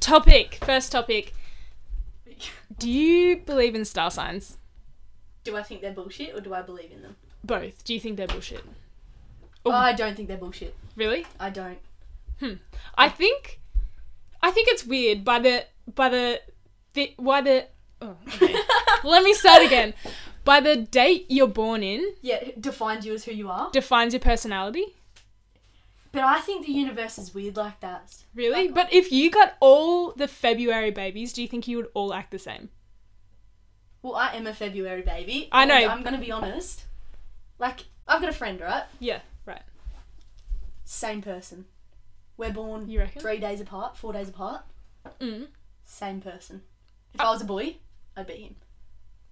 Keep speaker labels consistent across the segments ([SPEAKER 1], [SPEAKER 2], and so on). [SPEAKER 1] topic. First topic. Do you believe in star signs?
[SPEAKER 2] Do I think they're bullshit or do I believe in them?
[SPEAKER 1] Both. Do you think they're bullshit?
[SPEAKER 2] Oh, I don't think they're bullshit.
[SPEAKER 1] Really?
[SPEAKER 2] I don't.
[SPEAKER 1] I think, I think it's weird by the by the, the why the. Oh, okay. Let me start again. By the date you're born in
[SPEAKER 2] Yeah, it defines you as who you are.
[SPEAKER 1] defines your personality.
[SPEAKER 2] But I think the universe is weird like that.
[SPEAKER 1] Really? But if you got all the February babies, do you think you would all act the same?
[SPEAKER 2] Well, I am a February baby.
[SPEAKER 1] I
[SPEAKER 2] and
[SPEAKER 1] know.
[SPEAKER 2] I'm gonna be honest. Like, I've got a friend, right?
[SPEAKER 1] Yeah, right.
[SPEAKER 2] Same person. We're born
[SPEAKER 1] You reckon?
[SPEAKER 2] three days apart, four days apart.
[SPEAKER 1] Mm.
[SPEAKER 2] Same person. If
[SPEAKER 1] Ah.
[SPEAKER 2] I was a boy, I'd be him.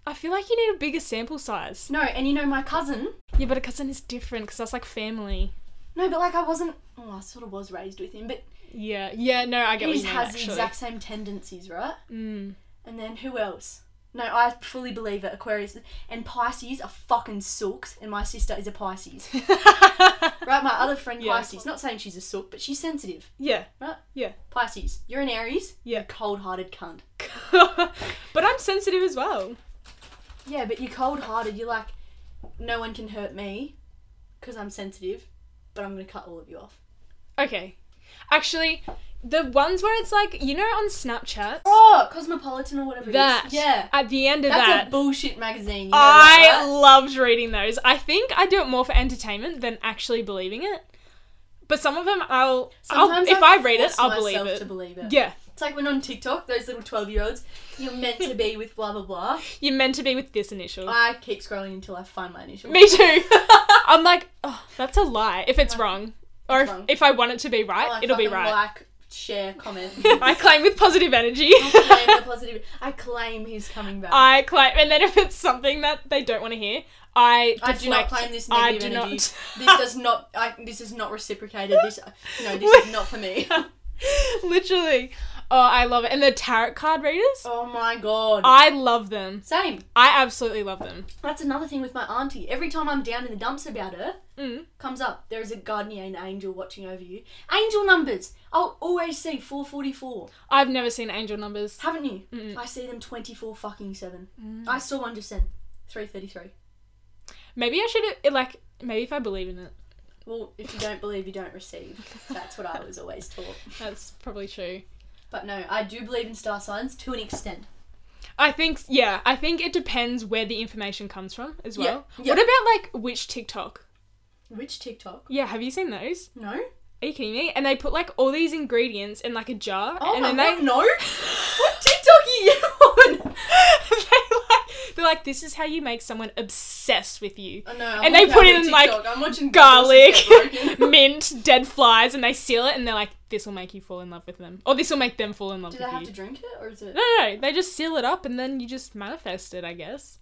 [SPEAKER 1] I feel like you need a bigger sample size.
[SPEAKER 2] No, and you know my cousin.
[SPEAKER 1] Yeah, but a cousin is different because that's like family.
[SPEAKER 2] No, but like I wasn't. Oh, I sort of was raised with him, but
[SPEAKER 1] Yeah, yeah, no, I get what
[SPEAKER 2] he
[SPEAKER 1] you mean.
[SPEAKER 2] has
[SPEAKER 1] actually.
[SPEAKER 2] the exact same tendencies, right?
[SPEAKER 1] Mm.
[SPEAKER 2] And then who else? No, I fully believe it. Aquarius and Pisces are fucking sooks, and my sister is a Pisces. right, my other friend
[SPEAKER 1] Yeah.
[SPEAKER 2] Pisces. Not saying she's a sook, but she's sensitive.
[SPEAKER 1] yeah,
[SPEAKER 2] Right?
[SPEAKER 1] yeah,
[SPEAKER 2] Pisces, you're an Aries.
[SPEAKER 1] yeah.
[SPEAKER 2] Cold-hearted cunt.
[SPEAKER 1] but I'm sensitive as well.
[SPEAKER 2] Yeah, but you're cold-hearted. You're like, no one can hurt me, because I'm sensitive. But I'm gonna cut all of you off.
[SPEAKER 1] Okay, actually, the ones where it's like you know on Snapchat
[SPEAKER 2] Oh, Cosmopolitan or whatever.
[SPEAKER 1] that
[SPEAKER 2] It is. Yeah.
[SPEAKER 1] at the end of
[SPEAKER 2] That's
[SPEAKER 1] that.
[SPEAKER 2] a bullshit magazine. You know that,
[SPEAKER 1] I
[SPEAKER 2] right?
[SPEAKER 1] loved reading those. I think I do it more for entertainment than actually believing it. But some of them, I'll, I'll
[SPEAKER 2] Sometimes
[SPEAKER 1] if I read it,
[SPEAKER 2] force
[SPEAKER 1] I'll believe
[SPEAKER 2] myself
[SPEAKER 1] it.
[SPEAKER 2] To believe it.
[SPEAKER 1] Yeah,
[SPEAKER 2] It's like when on TikTok, those little 12 year olds, you're meant to be with blah blah blah.
[SPEAKER 1] you're meant to be with this initial.
[SPEAKER 2] I keep scrolling until I find my initial.
[SPEAKER 1] Me too. I'm like, oh, that's a lie. If it's wrong, or
[SPEAKER 2] It's
[SPEAKER 1] if,
[SPEAKER 2] wrong. Oh,
[SPEAKER 1] if I want it to be right,
[SPEAKER 2] I like
[SPEAKER 1] it'll be
[SPEAKER 2] fucking
[SPEAKER 1] right.
[SPEAKER 2] Like, share, comment.
[SPEAKER 1] I claim with positive energy.
[SPEAKER 2] I claim the positive. I claim he's coming back.
[SPEAKER 1] I claim, and then if it's something that they don't want to hear, I
[SPEAKER 2] I do not
[SPEAKER 1] deflect.
[SPEAKER 2] claim this
[SPEAKER 1] I
[SPEAKER 2] negative
[SPEAKER 1] do
[SPEAKER 2] energy.
[SPEAKER 1] not.
[SPEAKER 2] This does not. I, this is not reciprocated. This no. This is not for me.
[SPEAKER 1] Literally, oh, I love it. And the tarot card readers,
[SPEAKER 2] Oh my god.
[SPEAKER 1] I love them.
[SPEAKER 2] Same.
[SPEAKER 1] I absolutely love them.
[SPEAKER 2] That's another thing with my auntie. Every time I'm down in the dumps about her,
[SPEAKER 1] Mm.
[SPEAKER 2] comes up. There is a guardian angel watching over you. Angel numbers. I'll always see 444.
[SPEAKER 1] I've never seen angel numbers.
[SPEAKER 2] Haven't you?
[SPEAKER 1] Mm-mm. Mm.
[SPEAKER 2] I see them 24 fucking 7. I saw one just then. 333.
[SPEAKER 1] Maybe I should it, like maybe if I believe in it.
[SPEAKER 2] Well, if you don't believe, you don't receive. That's what I was always taught.
[SPEAKER 1] That's probably true.
[SPEAKER 2] But no, I do believe in star signs to an extent.
[SPEAKER 1] I think yeah, I think it depends where the information comes from as
[SPEAKER 2] Yeah,
[SPEAKER 1] well.
[SPEAKER 2] yeah.
[SPEAKER 1] What about like which TikTok?
[SPEAKER 2] Which TikTok?
[SPEAKER 1] Yeah, have you seen those?
[SPEAKER 2] No.
[SPEAKER 1] Are you kidding me? And they put like all these ingredients in like a jar
[SPEAKER 2] Oh,
[SPEAKER 1] and
[SPEAKER 2] my
[SPEAKER 1] then they
[SPEAKER 2] God, no. what TikTok are you on?
[SPEAKER 1] they like they're like this is how you make someone obsessed with you.
[SPEAKER 2] Oh, no, I'm
[SPEAKER 1] And they
[SPEAKER 2] watching
[SPEAKER 1] put
[SPEAKER 2] that
[SPEAKER 1] in,
[SPEAKER 2] on
[SPEAKER 1] like,
[SPEAKER 2] TikTok. I'm watching
[SPEAKER 1] Garlic,
[SPEAKER 2] girls get broken.
[SPEAKER 1] mint, dead flies, and they seal it and they're like this will make you fall in love with them. Or this will make them fall in love
[SPEAKER 2] Do
[SPEAKER 1] with
[SPEAKER 2] they have
[SPEAKER 1] you.
[SPEAKER 2] to drink it, or is it?
[SPEAKER 1] No, no, no. They just seal it up and then you just manifest it, I guess.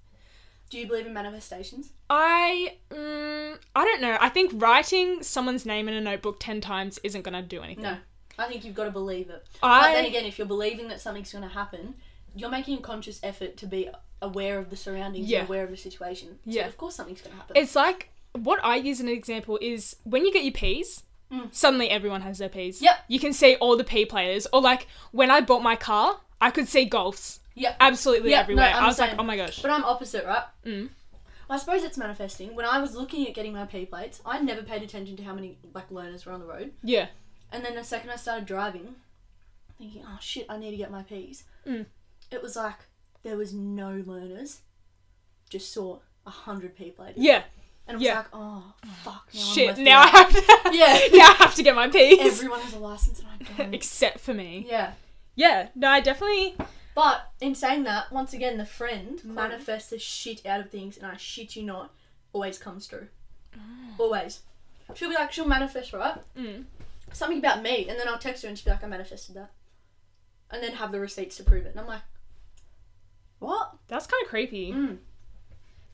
[SPEAKER 2] Do you believe in manifestations?
[SPEAKER 1] I, mm, I don't know. I think writing someone's name in a notebook ten times isn't gonna do anything.
[SPEAKER 2] No. I think you've got to believe it. But
[SPEAKER 1] I
[SPEAKER 2] then again, if you're believing that something's going to happen, you're making a conscious effort to be aware of the surroundings,
[SPEAKER 1] Yeah.
[SPEAKER 2] and aware of the situation. So
[SPEAKER 1] Yeah.
[SPEAKER 2] of course something's going to happen.
[SPEAKER 1] it's like what I use as an example is when you get your P's.
[SPEAKER 2] Mm.
[SPEAKER 1] Suddenly, everyone has their P's.
[SPEAKER 2] Yep.
[SPEAKER 1] You can see all the P players, or like when I bought my car, I could see golfs
[SPEAKER 2] yeah.
[SPEAKER 1] absolutely
[SPEAKER 2] Yeah, no,
[SPEAKER 1] everywhere.
[SPEAKER 2] I'm
[SPEAKER 1] I
[SPEAKER 2] the
[SPEAKER 1] was like,
[SPEAKER 2] same.
[SPEAKER 1] oh my gosh.
[SPEAKER 2] But I'm opposite, right?
[SPEAKER 1] Mm.
[SPEAKER 2] Well, I suppose it's manifesting. When I was looking at getting my P plates, I never paid attention to how many like learners were on the road.
[SPEAKER 1] Yeah.
[SPEAKER 2] And then the second I started driving, thinking, oh shit, I need to get my P's.
[SPEAKER 1] Mm.
[SPEAKER 2] It was like there was no learners. Just saw a hundred P plates.
[SPEAKER 1] Yeah.
[SPEAKER 2] And it was
[SPEAKER 1] Yeah.
[SPEAKER 2] like, oh fuck, now I'm
[SPEAKER 1] Shit.
[SPEAKER 2] left
[SPEAKER 1] Now I
[SPEAKER 2] out."
[SPEAKER 1] have to.
[SPEAKER 2] Yeah.
[SPEAKER 1] now I have to get my P's.
[SPEAKER 2] everyone has a license and I don't.
[SPEAKER 1] Except for me.
[SPEAKER 2] yeah.
[SPEAKER 1] Yeah. No, I definitely.
[SPEAKER 2] But in saying that, once again, the friend manifests the shit out of things, and I shit you not, always comes true. Always. She'll be like, she'll manifest, right?
[SPEAKER 1] Ah. Mm.
[SPEAKER 2] Something about me, and then I'll text her and she'll be like, I manifested that. And then have the receipts to prove it. And I'm like, what?
[SPEAKER 1] That's kind of creepy.
[SPEAKER 2] Mm.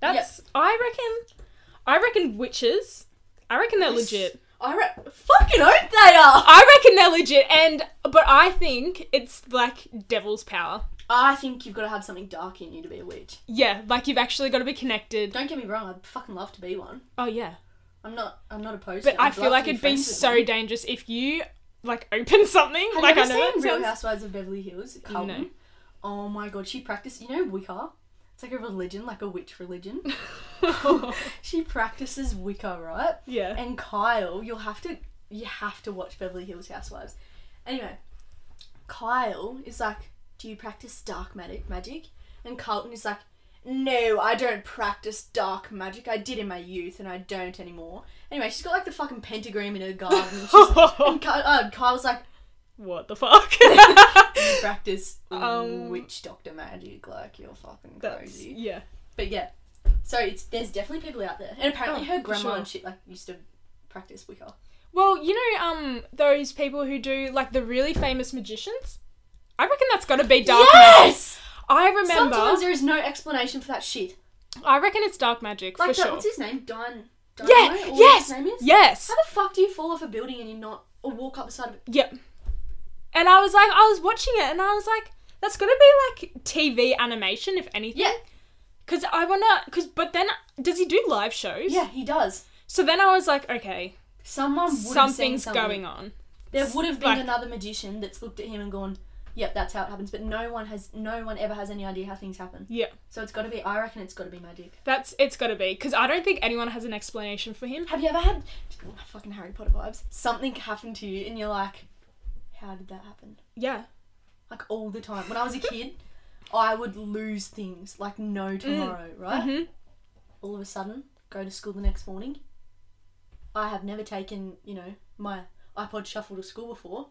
[SPEAKER 1] That's I reckon. I reckon witches. I reckon they're legit.
[SPEAKER 2] I re- fucking hope they are!
[SPEAKER 1] I reckon they're legit, and but I think it's like devil's power.
[SPEAKER 2] I think you've got to have something dark in you to be a witch.
[SPEAKER 1] Yeah, like you've actually got to be connected.
[SPEAKER 2] Don't get me wrong, I'd fucking love to be one.
[SPEAKER 1] Oh yeah,
[SPEAKER 2] I'm not. I'm not opposed.
[SPEAKER 1] but
[SPEAKER 2] to it.
[SPEAKER 1] I
[SPEAKER 2] I'd
[SPEAKER 1] feel
[SPEAKER 2] love
[SPEAKER 1] like
[SPEAKER 2] to
[SPEAKER 1] it'd be
[SPEAKER 2] friends with
[SPEAKER 1] so
[SPEAKER 2] one.
[SPEAKER 1] dangerous if you like open something.
[SPEAKER 2] Have
[SPEAKER 1] like
[SPEAKER 2] you
[SPEAKER 1] I
[SPEAKER 2] ever
[SPEAKER 1] know
[SPEAKER 2] seen
[SPEAKER 1] that
[SPEAKER 2] Real
[SPEAKER 1] sounds-
[SPEAKER 2] Housewives of Beverly Hills? Carlton? Oh my god, she practiced. You know Wicca. It's like a religion, like a witch religion. she practices Wicca, right?
[SPEAKER 1] yeah.
[SPEAKER 2] And Kyle, you'll have to you have to watch Beverly Hills Housewives. Anyway, Kyle is like, "Do you practice dark magic?" Magic, and Carlton is like, "No, I don't practice dark magic. I did in my youth, and I don't anymore." Anyway, she's got like the fucking pentagram in her garden. She's, and Ky- uh, Kyle's like,
[SPEAKER 1] what the fuck?
[SPEAKER 2] "You practice
[SPEAKER 1] Um,
[SPEAKER 2] witch doctor magic? Like you're fucking
[SPEAKER 1] That's
[SPEAKER 2] crazy."
[SPEAKER 1] yeah.
[SPEAKER 2] But yeah, so it's there's definitely people out there, and apparently
[SPEAKER 1] Oh,
[SPEAKER 2] her
[SPEAKER 1] for
[SPEAKER 2] grandma
[SPEAKER 1] sure.
[SPEAKER 2] and shit like used to practice Wicca.
[SPEAKER 1] Well, you know, um, those people who do like the really famous magicians. I reckon that's got to be dark magic. I remember.
[SPEAKER 2] Sometimes there is no explanation for that shit.
[SPEAKER 1] I reckon it's dark magic
[SPEAKER 2] Like,
[SPEAKER 1] for
[SPEAKER 2] that,
[SPEAKER 1] sure.
[SPEAKER 2] what's his name? Don. Don
[SPEAKER 1] Yeah, yes,
[SPEAKER 2] His name is?
[SPEAKER 1] Yes.
[SPEAKER 2] How the fuck do you fall off a building and you not or walk up the side of it?
[SPEAKER 1] Yep. And I was like, I was watching it, and I was like, that's gonna be like TV animation, if anything.
[SPEAKER 2] Yeah,
[SPEAKER 1] Cause I wanna, cause but then does he do live shows?
[SPEAKER 2] yeah, he does.
[SPEAKER 1] So then I was like, okay,
[SPEAKER 2] Someone would
[SPEAKER 1] something's going on.
[SPEAKER 2] There would have been
[SPEAKER 1] Like-
[SPEAKER 2] another magician that's looked at him and gone, "Yep, that's how it happens." But no one has, no one ever has any idea how things happen.
[SPEAKER 1] Yeah,
[SPEAKER 2] So it's got to be. I reckon it's got to be magic.
[SPEAKER 1] that's it's gotta be. Cause I don't think anyone has an explanation for him.
[SPEAKER 2] Have you ever had oh, fucking Harry Potter vibes? Something happened to you and you're like, "How did that happen?"
[SPEAKER 1] Yeah.
[SPEAKER 2] like all the time. When I was a kid, I would lose things like no tomorrow, right?
[SPEAKER 1] Mhm.
[SPEAKER 2] All of a sudden, go to school the next morning. I have never taken, you know, my iPod shuffle to school before.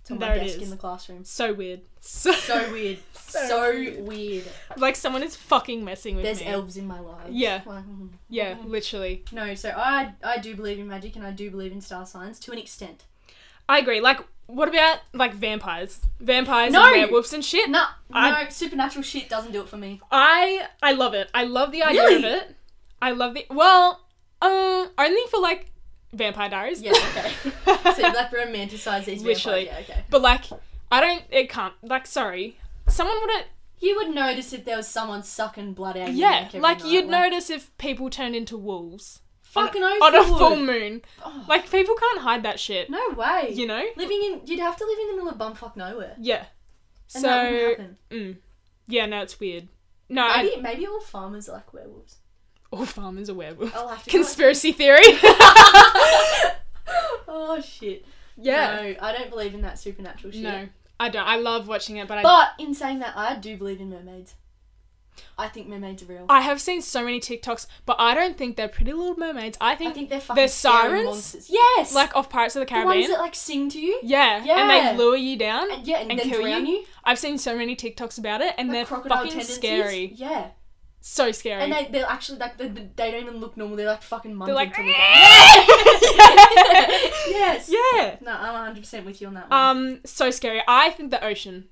[SPEAKER 2] It's on
[SPEAKER 1] There
[SPEAKER 2] my
[SPEAKER 1] it
[SPEAKER 2] desk
[SPEAKER 1] is.
[SPEAKER 2] in the classroom.
[SPEAKER 1] So weird. So,
[SPEAKER 2] So weird. so
[SPEAKER 1] So
[SPEAKER 2] weird.
[SPEAKER 1] weird. like someone is fucking messing with
[SPEAKER 2] There's
[SPEAKER 1] me.
[SPEAKER 2] elves in my life.
[SPEAKER 1] Yeah.
[SPEAKER 2] Like, mm.
[SPEAKER 1] yeah, literally.
[SPEAKER 2] No, so I I do believe in magic and I do believe in star signs to an extent.
[SPEAKER 1] I agree. Like, what about like vampires? Vampires
[SPEAKER 2] No!
[SPEAKER 1] and werewolves and shit.
[SPEAKER 2] No,
[SPEAKER 1] I-
[SPEAKER 2] no, supernatural shit doesn't do it for me.
[SPEAKER 1] I I love it. I love the idea
[SPEAKER 2] Really?
[SPEAKER 1] of it. I love the well, um, only for like Vampire Diaries.
[SPEAKER 2] Yeah, okay. so you like romanticize these
[SPEAKER 1] Literally.
[SPEAKER 2] vampires. Yeah, okay.
[SPEAKER 1] But like, I don't. It can't. Like, sorry. Someone wouldn't.
[SPEAKER 2] You would notice if there was someone sucking blood out. of your
[SPEAKER 1] Yeah,
[SPEAKER 2] neck every
[SPEAKER 1] like
[SPEAKER 2] night,
[SPEAKER 1] you'd notice if people turned into wolves
[SPEAKER 2] Fucking oath
[SPEAKER 1] on a
[SPEAKER 2] you would.
[SPEAKER 1] full moon.
[SPEAKER 2] Oh.
[SPEAKER 1] Like people can't hide that shit.
[SPEAKER 2] No way.
[SPEAKER 1] You know?
[SPEAKER 2] Living in, you'd have to live in the middle of bumfuck nowhere.
[SPEAKER 1] Yeah.
[SPEAKER 2] And
[SPEAKER 1] so
[SPEAKER 2] that wouldn't happen.
[SPEAKER 1] mm. yeah, no, it's weird. No, I,
[SPEAKER 2] Maybe, maybe all farmers are like werewolves.
[SPEAKER 1] all farmers are werewolves.
[SPEAKER 2] I'll have to. go-
[SPEAKER 1] Conspiracy theory.
[SPEAKER 2] oh shit. No, I don't believe in that supernatural shit.
[SPEAKER 1] No, I don't. I love watching it, but I
[SPEAKER 2] But in saying that, I do believe in mermaids. I think mermaids are real.
[SPEAKER 1] I have seen so many TikToks, but I don't think they're Pretty Little Mermaids. I
[SPEAKER 2] I
[SPEAKER 1] think,
[SPEAKER 2] think they're fucking
[SPEAKER 1] they're
[SPEAKER 2] scary
[SPEAKER 1] sirens?
[SPEAKER 2] monsters. Yes.
[SPEAKER 1] like off Pirates of the
[SPEAKER 2] the
[SPEAKER 1] Caribbean.
[SPEAKER 2] ones that like sing to you.
[SPEAKER 1] yeah.
[SPEAKER 2] Yeah.
[SPEAKER 1] and they lure you down.
[SPEAKER 2] And, yeah, and,
[SPEAKER 1] And
[SPEAKER 2] then
[SPEAKER 1] kill
[SPEAKER 2] drown you.
[SPEAKER 1] I've seen so many TikToks about it, and
[SPEAKER 2] Like
[SPEAKER 1] they're
[SPEAKER 2] crocodile
[SPEAKER 1] fucking
[SPEAKER 2] tendencies.
[SPEAKER 1] scary.
[SPEAKER 2] Yeah.
[SPEAKER 1] So scary.
[SPEAKER 2] And they, they're actually like they, they they don't even look normal. They're like fucking
[SPEAKER 1] are
[SPEAKER 2] munching.
[SPEAKER 1] like,
[SPEAKER 2] to look
[SPEAKER 1] yeah.
[SPEAKER 2] yes.
[SPEAKER 1] yeah.
[SPEAKER 2] No, I'm 100 percent with you on that one.
[SPEAKER 1] Um, so scary. I think the ocean.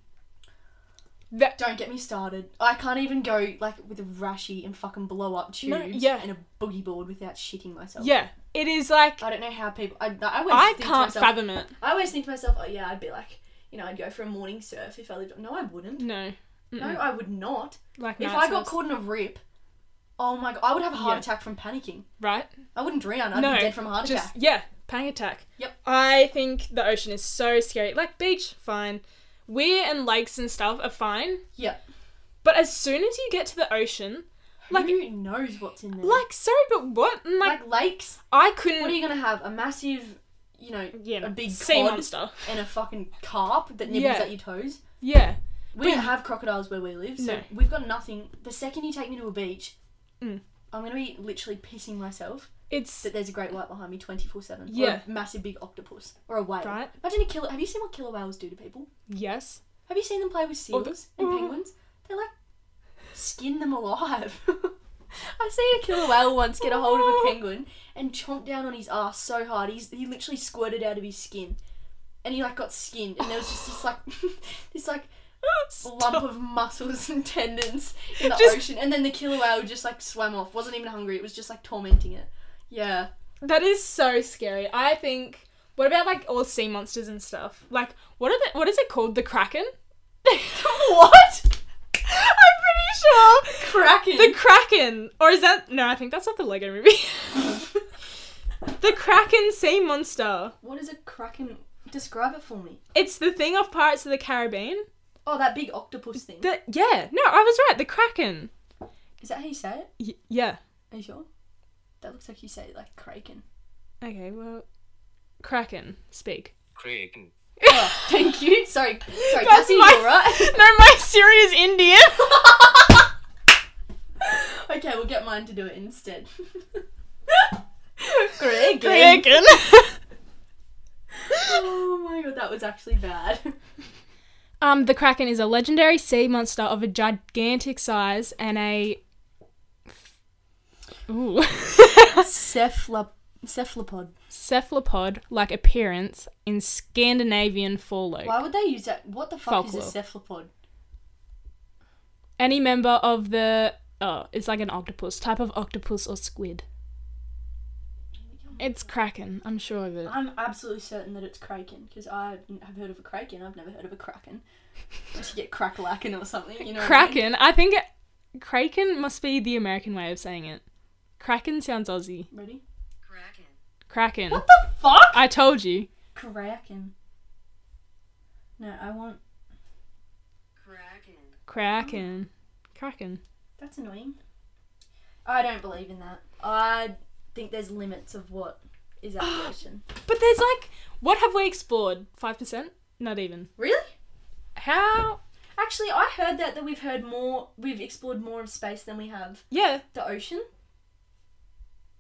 [SPEAKER 1] That
[SPEAKER 2] don't get me started. I can't even go like with a rashy and fucking blow up tubes
[SPEAKER 1] No, yeah.
[SPEAKER 2] and a boogie board without shitting myself.
[SPEAKER 1] yeah, it is like
[SPEAKER 2] I don't know how people. I, I always
[SPEAKER 1] I
[SPEAKER 2] think to
[SPEAKER 1] can't
[SPEAKER 2] myself,
[SPEAKER 1] fathom it.
[SPEAKER 2] I always think to myself, oh yeah, I'd be like, you know, I'd go for a morning surf if I lived. No, I wouldn't.
[SPEAKER 1] No,
[SPEAKER 2] No, I would not.
[SPEAKER 1] like
[SPEAKER 2] if
[SPEAKER 1] night
[SPEAKER 2] I
[SPEAKER 1] swims.
[SPEAKER 2] got caught in a rip, oh my god, I would have a heart
[SPEAKER 1] Yeah.
[SPEAKER 2] attack from panicking.
[SPEAKER 1] right,
[SPEAKER 2] I wouldn't drown. I'd
[SPEAKER 1] No,
[SPEAKER 2] be dead from a heart
[SPEAKER 1] just
[SPEAKER 2] attack.
[SPEAKER 1] yeah, panic attack.
[SPEAKER 2] Yep.
[SPEAKER 1] I think the ocean is so scary. Like beach, fine. Weir and lakes and stuff are fine.
[SPEAKER 2] Yeah.
[SPEAKER 1] But as soon as you get to the ocean, like-
[SPEAKER 2] Who knows what's in there?
[SPEAKER 1] like sorry, but what? And, like,
[SPEAKER 2] like lakes.
[SPEAKER 1] I
[SPEAKER 2] What are
[SPEAKER 1] couldn't.
[SPEAKER 2] you gonna have? A massive, you know,
[SPEAKER 1] Yeah,
[SPEAKER 2] a big
[SPEAKER 1] sea
[SPEAKER 2] cod
[SPEAKER 1] monster.
[SPEAKER 2] and a fucking carp that nibbles
[SPEAKER 1] Yeah.
[SPEAKER 2] at your toes.
[SPEAKER 1] Yeah,
[SPEAKER 2] We don't have crocodiles where we live, so
[SPEAKER 1] No.
[SPEAKER 2] we've got nothing. The second you take me to a beach,
[SPEAKER 1] Mm.
[SPEAKER 2] I'm gonna be literally pissing myself
[SPEAKER 1] it's
[SPEAKER 2] that there's a great white behind me 24 seven.
[SPEAKER 1] Yeah.
[SPEAKER 2] or a massive big octopus or a whale.
[SPEAKER 1] Right.
[SPEAKER 2] Imagine a killer. Have you seen what killer whales do to people?
[SPEAKER 1] yes.
[SPEAKER 2] Have you seen them play with
[SPEAKER 1] Or
[SPEAKER 2] seals
[SPEAKER 1] the-
[SPEAKER 2] and penguins? They like skin them alive. I seen a killer whale once get a hold of a penguin and chomp down on his ass so hard he's, he literally squirted out of his skin, and he like got skinned, and there was just this like this like lump of muscles and tendons in the
[SPEAKER 1] Just-
[SPEAKER 2] ocean, and then the killer whale just like swam off. wasn't even hungry. It was just like tormenting it. Yeah,
[SPEAKER 1] That is so scary. I think. What about like all sea monsters and stuff? Like, what are the, what is it called? The kraken?
[SPEAKER 2] What?
[SPEAKER 1] I'm pretty sure.
[SPEAKER 2] cracking.
[SPEAKER 1] The kraken, or is that no? I think that's not the Lego Movie. the kraken sea monster.
[SPEAKER 2] what is a cracking? Describe it for me.
[SPEAKER 1] It's the thing off Pirates of the Caribbean.
[SPEAKER 2] Oh, that big octopus thing.
[SPEAKER 1] The yeah, no, I was right. The Kraken.
[SPEAKER 2] Is that how you say it?
[SPEAKER 1] Y- yeah.
[SPEAKER 2] Are you sure? That looks like you say it like Kraken.
[SPEAKER 1] Okay. Well, Kraken. Speak.
[SPEAKER 3] Kraken.
[SPEAKER 2] Oh, thank you. Sorry, sorry,
[SPEAKER 1] That's
[SPEAKER 2] Cassie,
[SPEAKER 1] my-
[SPEAKER 2] you're right.
[SPEAKER 1] No, my Siri is Indian.
[SPEAKER 2] okay, we'll get mine to do it instead. Kraken.
[SPEAKER 1] Kraken.
[SPEAKER 2] Oh my god, that was actually bad.
[SPEAKER 1] um, the Kraken is a legendary sea monster of a gigantic size and a. Ooh.
[SPEAKER 2] Cephalop- cephalopod.
[SPEAKER 1] cephalopod like appearance in Scandinavian folklore.
[SPEAKER 2] Why would they use that? What the fuck is
[SPEAKER 1] Folklore.
[SPEAKER 2] a cephalopod?
[SPEAKER 1] Any member of the oh, it's like an octopus, type of octopus or squid. It's kraken, I'm sure of it.
[SPEAKER 2] I'm absolutely certain that it's kraken because I have heard of a kraken. I've never heard of a kraken. Unless you get cracklacken or something, you know. what I mean?
[SPEAKER 1] Kraken, I think it, kraken must be the American way of saying it. Kraken sounds Aussie.
[SPEAKER 2] Ready?
[SPEAKER 4] Kraken.
[SPEAKER 1] Kraken.
[SPEAKER 2] What the fuck?
[SPEAKER 1] I told you.
[SPEAKER 2] Kraken. No, I want.
[SPEAKER 4] Kraken.
[SPEAKER 1] Kraken. Kraken.
[SPEAKER 2] That's annoying. I don't believe in that. I think there's limits of what is out of the ocean.
[SPEAKER 1] But there's like what have we explored? 5%? Not even.
[SPEAKER 2] Really?
[SPEAKER 1] How?
[SPEAKER 2] Actually, I heard that that we've heard more, we've explored more of space than we have
[SPEAKER 1] Yeah.
[SPEAKER 2] the ocean.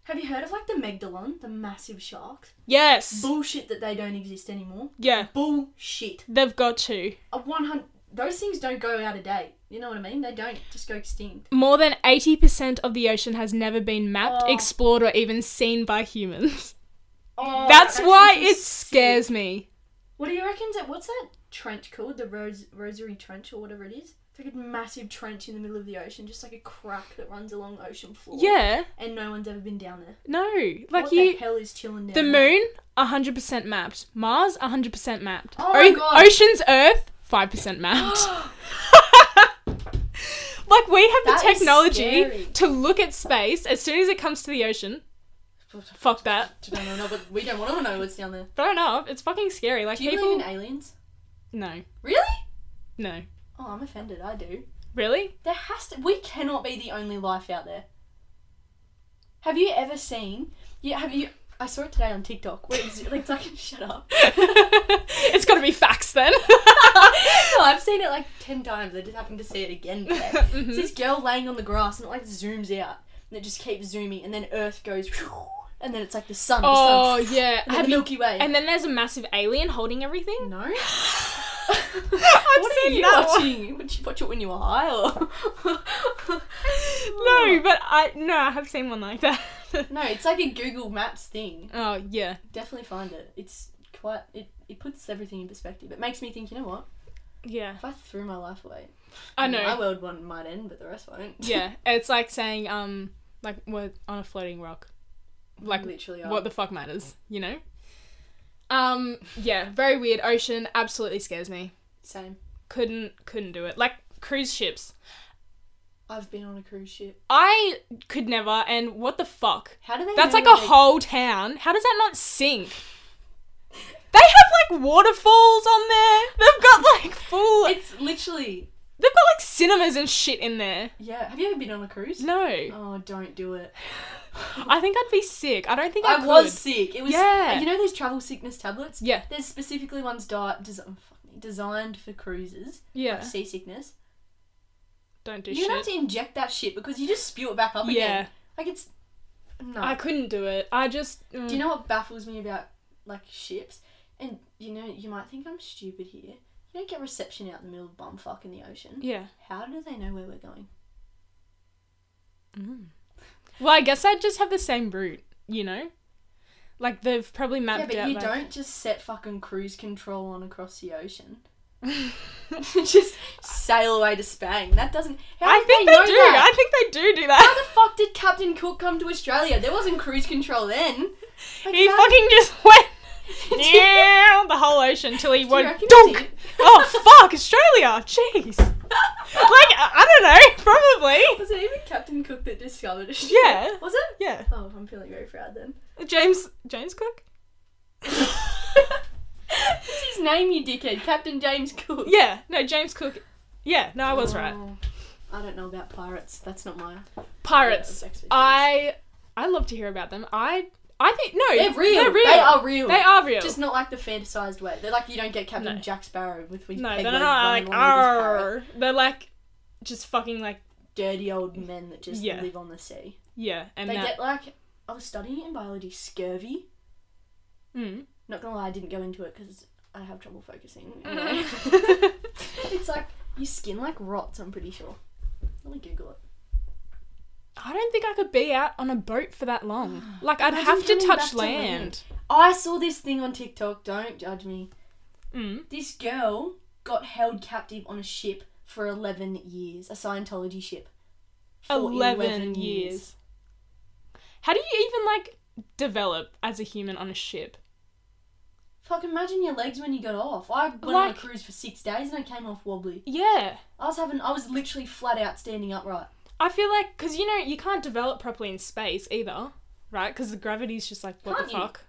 [SPEAKER 2] Have you heard of like the Megalodon, the massive sharks?
[SPEAKER 1] Yes.
[SPEAKER 2] Bullshit that they don't exist anymore.
[SPEAKER 1] Yeah.
[SPEAKER 2] Bullshit.
[SPEAKER 1] They've got to.
[SPEAKER 2] A one hundred. Those things don't go out of date. You know what I mean? They don't just go extinct.
[SPEAKER 1] More than 80% of the ocean has never been mapped,
[SPEAKER 2] Oh.
[SPEAKER 1] explored, or even seen by humans.
[SPEAKER 2] Oh,
[SPEAKER 1] That's
[SPEAKER 2] that
[SPEAKER 1] why
[SPEAKER 2] actually
[SPEAKER 1] it
[SPEAKER 2] is
[SPEAKER 1] scares
[SPEAKER 2] sick.
[SPEAKER 1] me.
[SPEAKER 2] What do you reckon? That what's that trench called? The rose rosary trench or whatever it is. It's like a massive trench in the middle of the ocean, just like a crack that runs along the ocean floor.
[SPEAKER 1] Yeah.
[SPEAKER 2] And no one's ever been down there.
[SPEAKER 1] No. Like
[SPEAKER 2] what the
[SPEAKER 1] you
[SPEAKER 2] hell is chilling down
[SPEAKER 1] the,
[SPEAKER 2] there?
[SPEAKER 1] moon 100% mapped. Mars 100% mapped.
[SPEAKER 2] Oh my God.
[SPEAKER 1] Ocean's Earth 5% mapped. like we have
[SPEAKER 2] That
[SPEAKER 1] the
[SPEAKER 2] is
[SPEAKER 1] technology
[SPEAKER 2] scary.
[SPEAKER 1] to look at space as soon as it comes to the ocean. Fuck that.
[SPEAKER 2] No, no, no, but we don't want to know what's down there.
[SPEAKER 1] Fair enough. It's fucking scary. Like
[SPEAKER 2] Do you
[SPEAKER 1] people
[SPEAKER 2] believe in aliens?
[SPEAKER 1] No.
[SPEAKER 2] Really?
[SPEAKER 1] No.
[SPEAKER 2] Oh, I'm offended. I do.
[SPEAKER 1] Really?
[SPEAKER 2] There has to. We cannot be the only life out there. Have you ever seen? Yeah. Have you? I saw it today on TikTok. Where it's, like, it's like, shut up.
[SPEAKER 1] it's got to be facts then.
[SPEAKER 2] no, I've seen it like ten times. I just happened to see it again. today.
[SPEAKER 1] Mm-hmm.
[SPEAKER 2] It's this girl laying on the grass, and it like zooms out, and it just keeps zooming, and then Earth goes, and then it's like the sun. The
[SPEAKER 1] oh
[SPEAKER 2] sun,
[SPEAKER 1] yeah.
[SPEAKER 2] and then
[SPEAKER 1] Have
[SPEAKER 2] the
[SPEAKER 1] you-
[SPEAKER 2] Milky Way.
[SPEAKER 1] And then there's a massive alien holding everything.
[SPEAKER 2] no.
[SPEAKER 1] I've
[SPEAKER 2] what
[SPEAKER 1] seen
[SPEAKER 2] are you
[SPEAKER 1] that one.
[SPEAKER 2] watching? Would you watch it when you were high or?
[SPEAKER 1] No, but I no, I have seen one like that.
[SPEAKER 2] No, it's like a Google Maps thing.
[SPEAKER 1] oh yeah.
[SPEAKER 2] Definitely find it. It's quite. It, it puts everything in perspective. It makes me think. You know what?
[SPEAKER 1] Yeah.
[SPEAKER 2] If I threw my life away,
[SPEAKER 1] I
[SPEAKER 2] My
[SPEAKER 1] know.
[SPEAKER 2] world one might end, but the rest won't.
[SPEAKER 1] yeah. It's like saying um like we're on a floating rock. Like
[SPEAKER 2] literally. I-
[SPEAKER 1] what the fuck matters, you know? Um yeah, very weird. Ocean absolutely scares me.
[SPEAKER 2] Same.
[SPEAKER 1] Couldn't couldn't do it. Like cruise ships.
[SPEAKER 2] I've been on a cruise ship.
[SPEAKER 1] I could never and what the fuck?
[SPEAKER 2] How do they?
[SPEAKER 1] That's like a
[SPEAKER 2] navigate-
[SPEAKER 1] whole town. How does that not sink? They have like waterfalls on there. They've got like full
[SPEAKER 2] It's literally.
[SPEAKER 1] They've got like cinemas and shit in there.
[SPEAKER 2] Yeah. Have you ever been on a cruise?
[SPEAKER 1] No.
[SPEAKER 2] Oh, don't do it.
[SPEAKER 1] I think I'd be sick. I don't think I,
[SPEAKER 2] I
[SPEAKER 1] could.
[SPEAKER 2] was sick. It was.
[SPEAKER 1] Yeah.
[SPEAKER 2] You know those travel sickness tablets?
[SPEAKER 1] Yeah.
[SPEAKER 2] There's specifically ones di- desi- fuck me, designed for cruises.
[SPEAKER 1] Yeah.
[SPEAKER 2] Like seasickness.
[SPEAKER 1] Don't do
[SPEAKER 2] You're gonna
[SPEAKER 1] shit.
[SPEAKER 2] have to inject that shit because you just spew it back up
[SPEAKER 1] Yeah.
[SPEAKER 2] again. Like it's no.
[SPEAKER 1] I couldn't do it. I just. mm.
[SPEAKER 2] Do you know what baffles me about like ships? And you know, you might think I'm stupid here. You don't get reception out in the middle of bumfuck in the ocean.
[SPEAKER 1] Yeah.
[SPEAKER 2] How do they know where we're going?
[SPEAKER 1] Well, I guess I'd just have the same route, you know? Like, they've probably
[SPEAKER 2] Yeah,
[SPEAKER 1] mapped
[SPEAKER 2] but
[SPEAKER 1] out.
[SPEAKER 2] you
[SPEAKER 1] like-
[SPEAKER 2] don't just set fucking cruise control on across the ocean. just sail away to Spain. That doesn't. How
[SPEAKER 1] I
[SPEAKER 2] did
[SPEAKER 1] think they,
[SPEAKER 2] they, know
[SPEAKER 1] do.
[SPEAKER 2] That?
[SPEAKER 1] I think they do do
[SPEAKER 2] How
[SPEAKER 1] that.
[SPEAKER 2] the fuck did Captain Cook come to Australia? There wasn't cruise control then. Like,
[SPEAKER 1] He
[SPEAKER 2] how-
[SPEAKER 1] fucking just went down the whole ocean till he
[SPEAKER 2] Do you
[SPEAKER 1] went
[SPEAKER 2] reckon he
[SPEAKER 1] dunk.
[SPEAKER 2] did?
[SPEAKER 1] oh, fuck, Australia. Jeez. Like, I I don't know, probably.
[SPEAKER 2] Was it even Captain Cook that discovered it?
[SPEAKER 1] Yeah.
[SPEAKER 2] Was it?
[SPEAKER 1] Yeah.
[SPEAKER 2] Oh, I'm feeling very proud then.
[SPEAKER 1] James. James Cook?
[SPEAKER 2] It's his name, you dickhead. Captain James Cook.
[SPEAKER 1] Yeah, no, James Cook. Yeah, no, I was right.
[SPEAKER 2] Oh, I don't know about pirates. That's not my.
[SPEAKER 1] Pirates.
[SPEAKER 2] Yeah, that's
[SPEAKER 1] I I love to hear about them. I I think no,
[SPEAKER 2] They're real.
[SPEAKER 1] They're real.
[SPEAKER 2] They are real.
[SPEAKER 1] They are real.
[SPEAKER 2] Just not like the fantasized way. They're like you don't get Captain
[SPEAKER 1] No.
[SPEAKER 2] Jack Sparrow with his
[SPEAKER 1] no,
[SPEAKER 2] peg
[SPEAKER 1] they're
[SPEAKER 2] legs
[SPEAKER 1] not
[SPEAKER 2] running
[SPEAKER 1] like
[SPEAKER 2] along with his parrot.
[SPEAKER 1] "Arr." They're like just fucking like
[SPEAKER 2] dirty old men that just
[SPEAKER 1] Yeah.
[SPEAKER 2] live on the sea.
[SPEAKER 1] yeah, and
[SPEAKER 2] they
[SPEAKER 1] that.
[SPEAKER 2] get like I was studying it in biology scurvy.
[SPEAKER 1] Mm.
[SPEAKER 2] Not gonna lie, I didn't go into it because I have trouble focusing. Anyway,
[SPEAKER 1] Mm. I
[SPEAKER 2] it's like your skin like rots. I'm pretty sure. Let me Google it.
[SPEAKER 1] don't think I could be out on a boat for that long. Like I'd
[SPEAKER 2] Imagine
[SPEAKER 1] have to
[SPEAKER 2] coming back
[SPEAKER 1] touch
[SPEAKER 2] to
[SPEAKER 1] land.
[SPEAKER 2] I saw this thing on TikTok. Don't judge me.
[SPEAKER 1] Mm.
[SPEAKER 2] This girl got held captive on a ship for 11 years, a Scientology ship. For
[SPEAKER 1] 11, years. How do you even like develop as a human on a ship?
[SPEAKER 2] Fuck, imagine your legs when you got off. I went on a
[SPEAKER 1] Like-
[SPEAKER 2] cruise for six days and I came off wobbly.
[SPEAKER 1] Yeah.
[SPEAKER 2] I was having, I was literally flat out standing upright.
[SPEAKER 1] I feel like cuz you know, you can't develop properly in space either, right? Cuz the gravity's just like what
[SPEAKER 2] Can't
[SPEAKER 1] the
[SPEAKER 2] you?
[SPEAKER 1] fuck?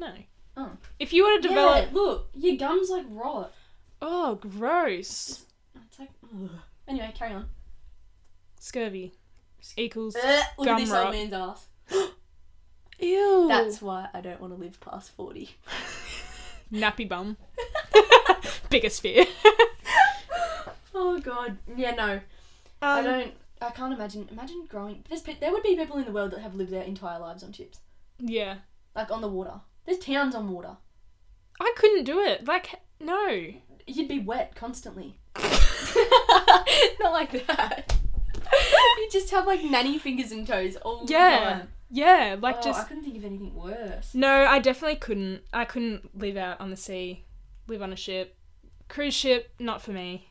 [SPEAKER 1] No.
[SPEAKER 2] Oh.
[SPEAKER 1] If you were to develop
[SPEAKER 2] Yeah, look, your gums like rot.
[SPEAKER 1] Oh, gross.
[SPEAKER 2] It's like, ugh. Anyway, carry on.
[SPEAKER 1] Scurvy equals
[SPEAKER 2] Ugh, look at
[SPEAKER 1] Gum
[SPEAKER 2] this
[SPEAKER 1] rot.
[SPEAKER 2] old man's ass.
[SPEAKER 1] ew.
[SPEAKER 2] That's why I don't want to live past 40.
[SPEAKER 1] nappy bum. Biggest fear.
[SPEAKER 2] Oh god. Yeah, no. I
[SPEAKER 1] Um,
[SPEAKER 2] don't. I can't imagine. Imagine growing. There's pe- there would be people in the world that have lived their entire lives on ships,
[SPEAKER 1] Yeah,
[SPEAKER 2] like on the water. There's towns on water.
[SPEAKER 1] I couldn't do it. Like no.
[SPEAKER 2] You'd be wet constantly. Not like that. you just have like nanny fingers and toes all the
[SPEAKER 1] Yeah,
[SPEAKER 2] time.
[SPEAKER 1] yeah. Like
[SPEAKER 2] oh, I
[SPEAKER 1] just
[SPEAKER 2] couldn't think of anything worse.
[SPEAKER 1] no. I definitely couldn't. I couldn't live out on the sea, live on a ship, cruise ship. Not for me.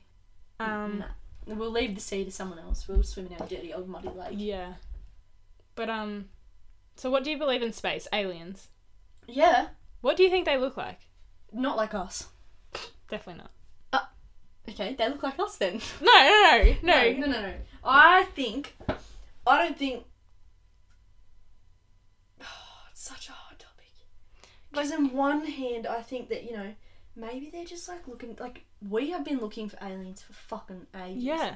[SPEAKER 1] Um.
[SPEAKER 2] Nah. We'll leave the sea to someone else. We'll swim in our dirty old muddy lake.
[SPEAKER 1] Yeah. But um. So what do you believe in space? Aliens.
[SPEAKER 2] Yeah,
[SPEAKER 1] What do you think they look like?
[SPEAKER 2] not like us.
[SPEAKER 1] Definitely not.
[SPEAKER 2] Okay, they look like us then.
[SPEAKER 1] No, no, no,
[SPEAKER 2] No,
[SPEAKER 1] no.
[SPEAKER 2] no, no, no. I think. I don't think. Oh, it's such a hard topic. Because, in one hand, I think that, you know, maybe they're just like looking. Like, we have been looking for aliens for fucking ages.
[SPEAKER 1] Yeah.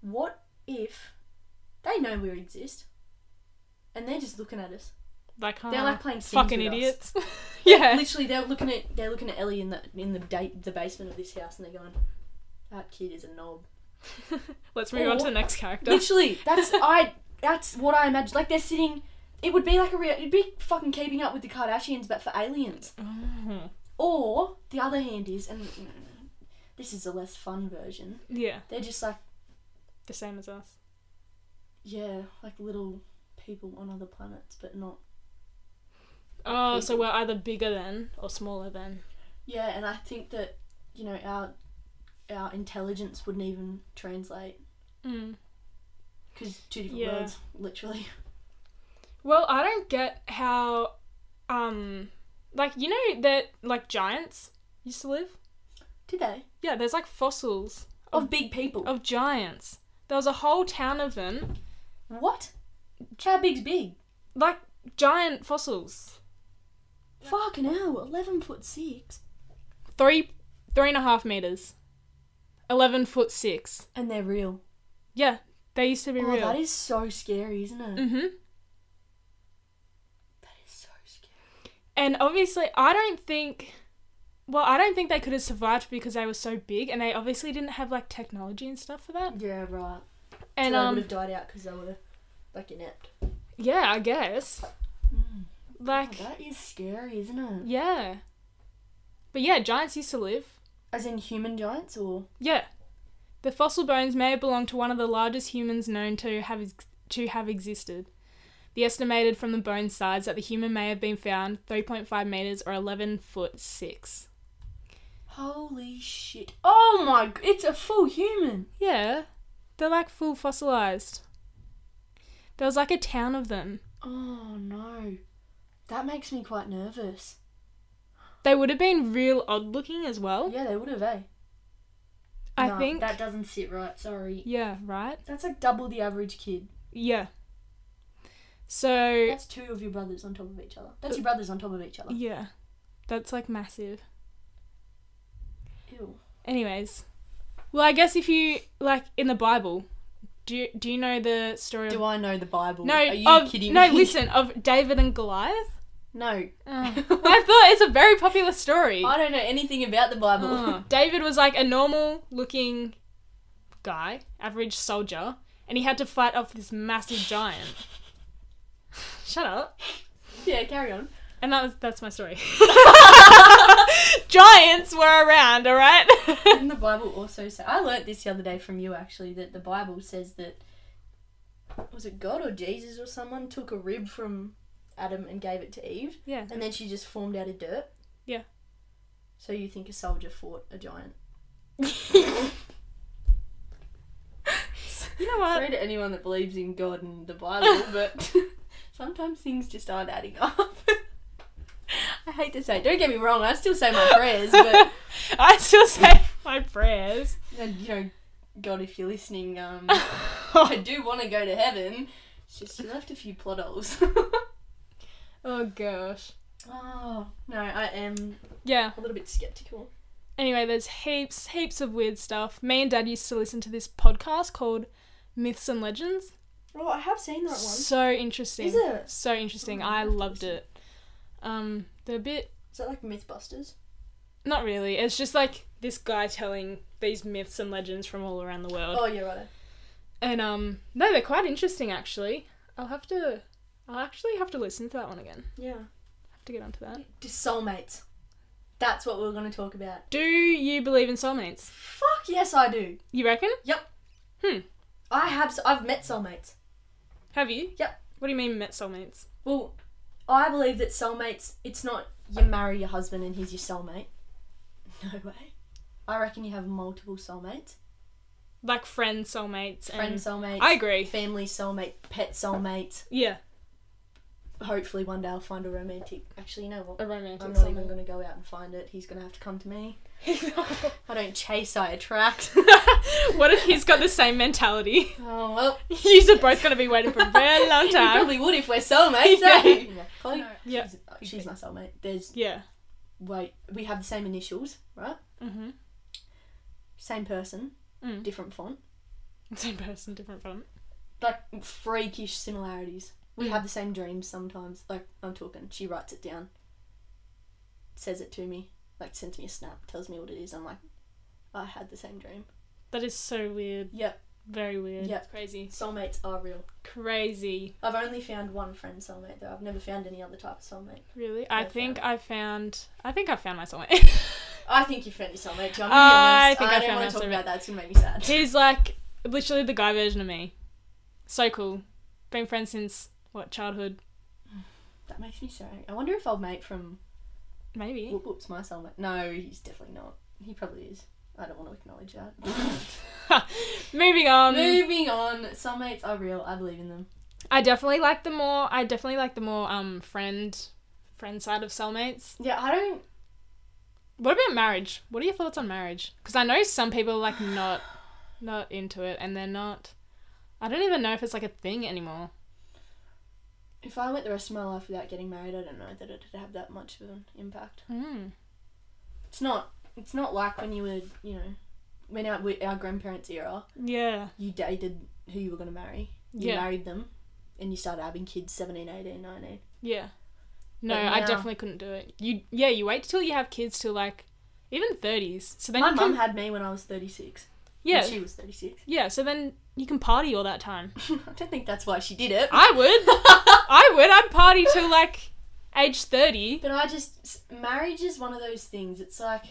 [SPEAKER 2] What if they know we exist and they're just looking at us?
[SPEAKER 1] Like uh,
[SPEAKER 2] They're like playing Sims
[SPEAKER 1] fucking
[SPEAKER 2] with us.
[SPEAKER 1] idiots. yeah.
[SPEAKER 2] Literally, they're looking at they're looking at Ellie in the in the da- the basement of this house, and they're going, "That kid is a knob."
[SPEAKER 1] Let's move on to
[SPEAKER 2] Or-
[SPEAKER 1] the next character.
[SPEAKER 2] Literally, that's I. That's what I imagine. Like they're sitting. It would be like a real. It'd be fucking keeping up with the Kardashians, but for aliens.
[SPEAKER 1] Mhm.
[SPEAKER 2] Or the other hand is, and mm, this is a less fun version.
[SPEAKER 1] Yeah,
[SPEAKER 2] They're just like
[SPEAKER 1] the same as us.
[SPEAKER 2] yeah, like little people on other planets, but not
[SPEAKER 1] Oh, so
[SPEAKER 2] People.
[SPEAKER 1] we're either bigger than or smaller than.
[SPEAKER 2] yeah. And I think that you know our our intelligence wouldn't even translate
[SPEAKER 1] Mm.
[SPEAKER 2] because two different
[SPEAKER 1] Yeah.
[SPEAKER 2] words, literally.
[SPEAKER 1] Well, I don't get how, um, like you know that like giants used to live.
[SPEAKER 2] Did they
[SPEAKER 1] Yeah, there's like fossils
[SPEAKER 2] of big people?
[SPEAKER 1] of giants. There was a whole town of them,
[SPEAKER 2] what? How big's big?
[SPEAKER 1] like giant fossils,
[SPEAKER 2] Fucking hell! Eleven foot six.
[SPEAKER 1] three, three and a half meters, eleven foot six.
[SPEAKER 2] And they're real.
[SPEAKER 1] Yeah, they used to be
[SPEAKER 2] oh,
[SPEAKER 1] real.
[SPEAKER 2] that is so scary, isn't it?
[SPEAKER 1] mm-hmm.
[SPEAKER 2] That is so scary.
[SPEAKER 1] And obviously, I don't think. Well, I don't think they could have survived because they were so big, and they obviously didn't have like technology and stuff for that.
[SPEAKER 2] Yeah, right.
[SPEAKER 1] And
[SPEAKER 2] so they would
[SPEAKER 1] um,
[SPEAKER 2] have died out because they were like inept.
[SPEAKER 1] yeah, I guess
[SPEAKER 2] Mm.
[SPEAKER 1] like
[SPEAKER 2] that is scary, isn't it?
[SPEAKER 1] yeah, but yeah, giants used to live.
[SPEAKER 2] As in human giants, or
[SPEAKER 1] Yeah, the fossil bones may have belonged to one of the largest humans known to have ex- to have existed. The estimated from the bone size that the human may have been found 3.5 meters or 11 foot six.
[SPEAKER 2] holy shit! Oh my! g- It's a full human.
[SPEAKER 1] Yeah, they're like full fossilized. There was like a town of them.
[SPEAKER 2] Oh no, that makes me quite nervous.
[SPEAKER 1] They would have been real odd looking as well.
[SPEAKER 2] Yeah, they would have. Eh?
[SPEAKER 1] I
[SPEAKER 2] Nah,
[SPEAKER 1] think.
[SPEAKER 2] that doesn't sit right. Sorry.
[SPEAKER 1] yeah, right?
[SPEAKER 2] That's like double the average kid.
[SPEAKER 1] Yeah. So,
[SPEAKER 2] Uh. That's two of your brothers on top of each other. That's your brothers on top of each other.
[SPEAKER 1] yeah. That's like massive.
[SPEAKER 2] Ew.
[SPEAKER 1] Anyways, well, I guess if you like in the Bible, do you, do you know the story of
[SPEAKER 2] Do I know the Bible?
[SPEAKER 1] no
[SPEAKER 2] Are you
[SPEAKER 1] of,
[SPEAKER 2] kidding
[SPEAKER 1] no
[SPEAKER 2] me?
[SPEAKER 1] listen of David and Goliath?
[SPEAKER 2] No.
[SPEAKER 1] Oh. I thought it's a very popular story.
[SPEAKER 2] I don't know anything about the Bible.
[SPEAKER 1] Oh. David was like a normal looking guy, average soldier, and he had to fight off this massive giant. Shut up.
[SPEAKER 2] yeah, carry on.
[SPEAKER 1] And that was that's my story. Giants were around, alright?
[SPEAKER 2] And the Bible also says, I learnt this the other day from you actually, that the Bible says that, was it God or Jesus or someone took a rib from Adam and gave it to Eve,
[SPEAKER 1] yeah.
[SPEAKER 2] and then she just formed out of dirt?
[SPEAKER 1] Yeah.
[SPEAKER 2] So you think a soldier fought a giant?
[SPEAKER 1] You know what?
[SPEAKER 2] Sorry to anyone that believes in God and the Bible, but sometimes things just aren't adding up. I hate to say, it. don't get me wrong, I still say my prayers, but
[SPEAKER 1] I still say my prayers.
[SPEAKER 2] and, you know, God, if you're listening, um, I do want to go to heaven. It's just you left a few plot holes.
[SPEAKER 1] oh gosh.
[SPEAKER 2] oh no, I am
[SPEAKER 1] Yeah.
[SPEAKER 2] a little bit skeptical.
[SPEAKER 1] Anyway, there's heaps, heaps of weird stuff. Me and Dad used to listen to this podcast called Myths and Legends.
[SPEAKER 2] Oh, I have seen that one. Is
[SPEAKER 1] So interesting.
[SPEAKER 2] Is it?
[SPEAKER 1] So interesting.
[SPEAKER 2] Oh,
[SPEAKER 1] I
[SPEAKER 2] I'll have to
[SPEAKER 1] loved
[SPEAKER 2] listen.
[SPEAKER 1] it. Um, they're a bit
[SPEAKER 2] that like MythBusters?
[SPEAKER 1] not really. It's just like this guy telling these myths and legends from all around the world.
[SPEAKER 2] Oh yeah, right.
[SPEAKER 1] And um no, they're quite interesting actually. I'll have to I'll actually have to listen to that one again.
[SPEAKER 2] Yeah.
[SPEAKER 1] Have to get onto that.
[SPEAKER 2] Just soulmates. That's what we're going to talk about.
[SPEAKER 1] Do you believe in soulmates?
[SPEAKER 2] Fuck yes, I do.
[SPEAKER 1] You reckon?
[SPEAKER 2] Yep.
[SPEAKER 1] Hmm.
[SPEAKER 2] I have. s- I've met soulmates.
[SPEAKER 1] Have you?
[SPEAKER 2] Yep.
[SPEAKER 1] What do you mean met soulmates?
[SPEAKER 2] Well, I believe that soulmates, it's not you marry your husband and he's your soulmate. No way. I reckon you have multiple soulmates.
[SPEAKER 1] Like friend soulmates and
[SPEAKER 2] Friend soulmates.
[SPEAKER 1] I agree.
[SPEAKER 2] Family soulmate, pet soulmate.
[SPEAKER 1] Yeah.
[SPEAKER 2] Hopefully one day I'll find a romantic. Actually, you know what?
[SPEAKER 1] A romantic
[SPEAKER 2] I'm not even
[SPEAKER 1] soulmate.
[SPEAKER 2] going to go out and find it. He's going to have to come to me. I don't chase, I attract.
[SPEAKER 1] what if he's got the same mentality?
[SPEAKER 2] oh, well.
[SPEAKER 1] You're both gonna be waiting for a very long
[SPEAKER 2] he
[SPEAKER 1] time.
[SPEAKER 2] probably would if we're soulmates, eh? Chloe,
[SPEAKER 1] Yeah.
[SPEAKER 2] she's- uh, she's my soulmate. There's,
[SPEAKER 1] Yeah.
[SPEAKER 2] wait, we have the same initials, right?
[SPEAKER 1] Mm-hmm.
[SPEAKER 2] Same person,
[SPEAKER 1] Mm.
[SPEAKER 2] different font.
[SPEAKER 1] Same person, different font.
[SPEAKER 2] like freakish similarities. We
[SPEAKER 1] Mm.
[SPEAKER 2] have the same dreams sometimes. Like I'm talking, she writes it down, says it to me, like sends me a snap, tells me what it is. I'm like, I had the same dream.
[SPEAKER 1] That is so weird.
[SPEAKER 2] Yep,
[SPEAKER 1] Very weird.
[SPEAKER 2] Yep.
[SPEAKER 1] Crazy.
[SPEAKER 2] soulmates are real.
[SPEAKER 1] Crazy.
[SPEAKER 2] I've only found one friend soulmate though. I've never found any other type of soulmate.
[SPEAKER 1] Really? I
[SPEAKER 2] Yeah,
[SPEAKER 1] think
[SPEAKER 2] fair.
[SPEAKER 1] I found. I think I found my soulmate.
[SPEAKER 2] I think you found your soulmate too. I'm gonna
[SPEAKER 1] I
[SPEAKER 2] be honest.
[SPEAKER 1] think
[SPEAKER 2] I,
[SPEAKER 1] I
[SPEAKER 2] don't
[SPEAKER 1] found
[SPEAKER 2] want
[SPEAKER 1] my
[SPEAKER 2] to talk
[SPEAKER 1] soulmate.
[SPEAKER 2] about that. It's gonna make me sad.
[SPEAKER 1] He's like literally the guy version of me. So cool. Been friends since what childhood?
[SPEAKER 2] That makes me sad. I wonder if old mate from
[SPEAKER 1] Maybe.
[SPEAKER 2] Whoop Whoop's my soulmate. No, he's definitely not. He probably is. I don't want to acknowledge that.
[SPEAKER 1] Moving on.
[SPEAKER 2] Moving on. Soulmates are real. I believe in them.
[SPEAKER 1] I definitely like the more. I definitely like the more um friend, friend side of soulmates.
[SPEAKER 2] Yeah, I don't.
[SPEAKER 1] What about marriage? What are your thoughts on marriage? Because I know some people are like not, not into it, and they're not. I don't even know if it's like a thing anymore.
[SPEAKER 2] If I went the rest of my life without getting married, I don't know that it'd have that much of an impact.
[SPEAKER 1] Mm.
[SPEAKER 2] It's not. It's not like when you were, you know, when our we- our grandparents' era,
[SPEAKER 1] Yeah.
[SPEAKER 2] you dated who you were going to marry. You
[SPEAKER 1] Yeah.
[SPEAKER 2] married them, and you started having kids 17, 18, 19.
[SPEAKER 1] Yeah. No,
[SPEAKER 2] But
[SPEAKER 1] I
[SPEAKER 2] now-
[SPEAKER 1] definitely couldn't do it. You yeah, you wait till you have kids till like even thirties. So then
[SPEAKER 2] my
[SPEAKER 1] you
[SPEAKER 2] mum
[SPEAKER 1] can
[SPEAKER 2] had me when I was thirty six.
[SPEAKER 1] yeah
[SPEAKER 2] she was thirty six.
[SPEAKER 1] yeah. So then you can party all that time.
[SPEAKER 2] I don't think that's why she did it.
[SPEAKER 1] I would. I would. I'd party till like age thirty.
[SPEAKER 2] But I just s- marriage is one of those things. It's like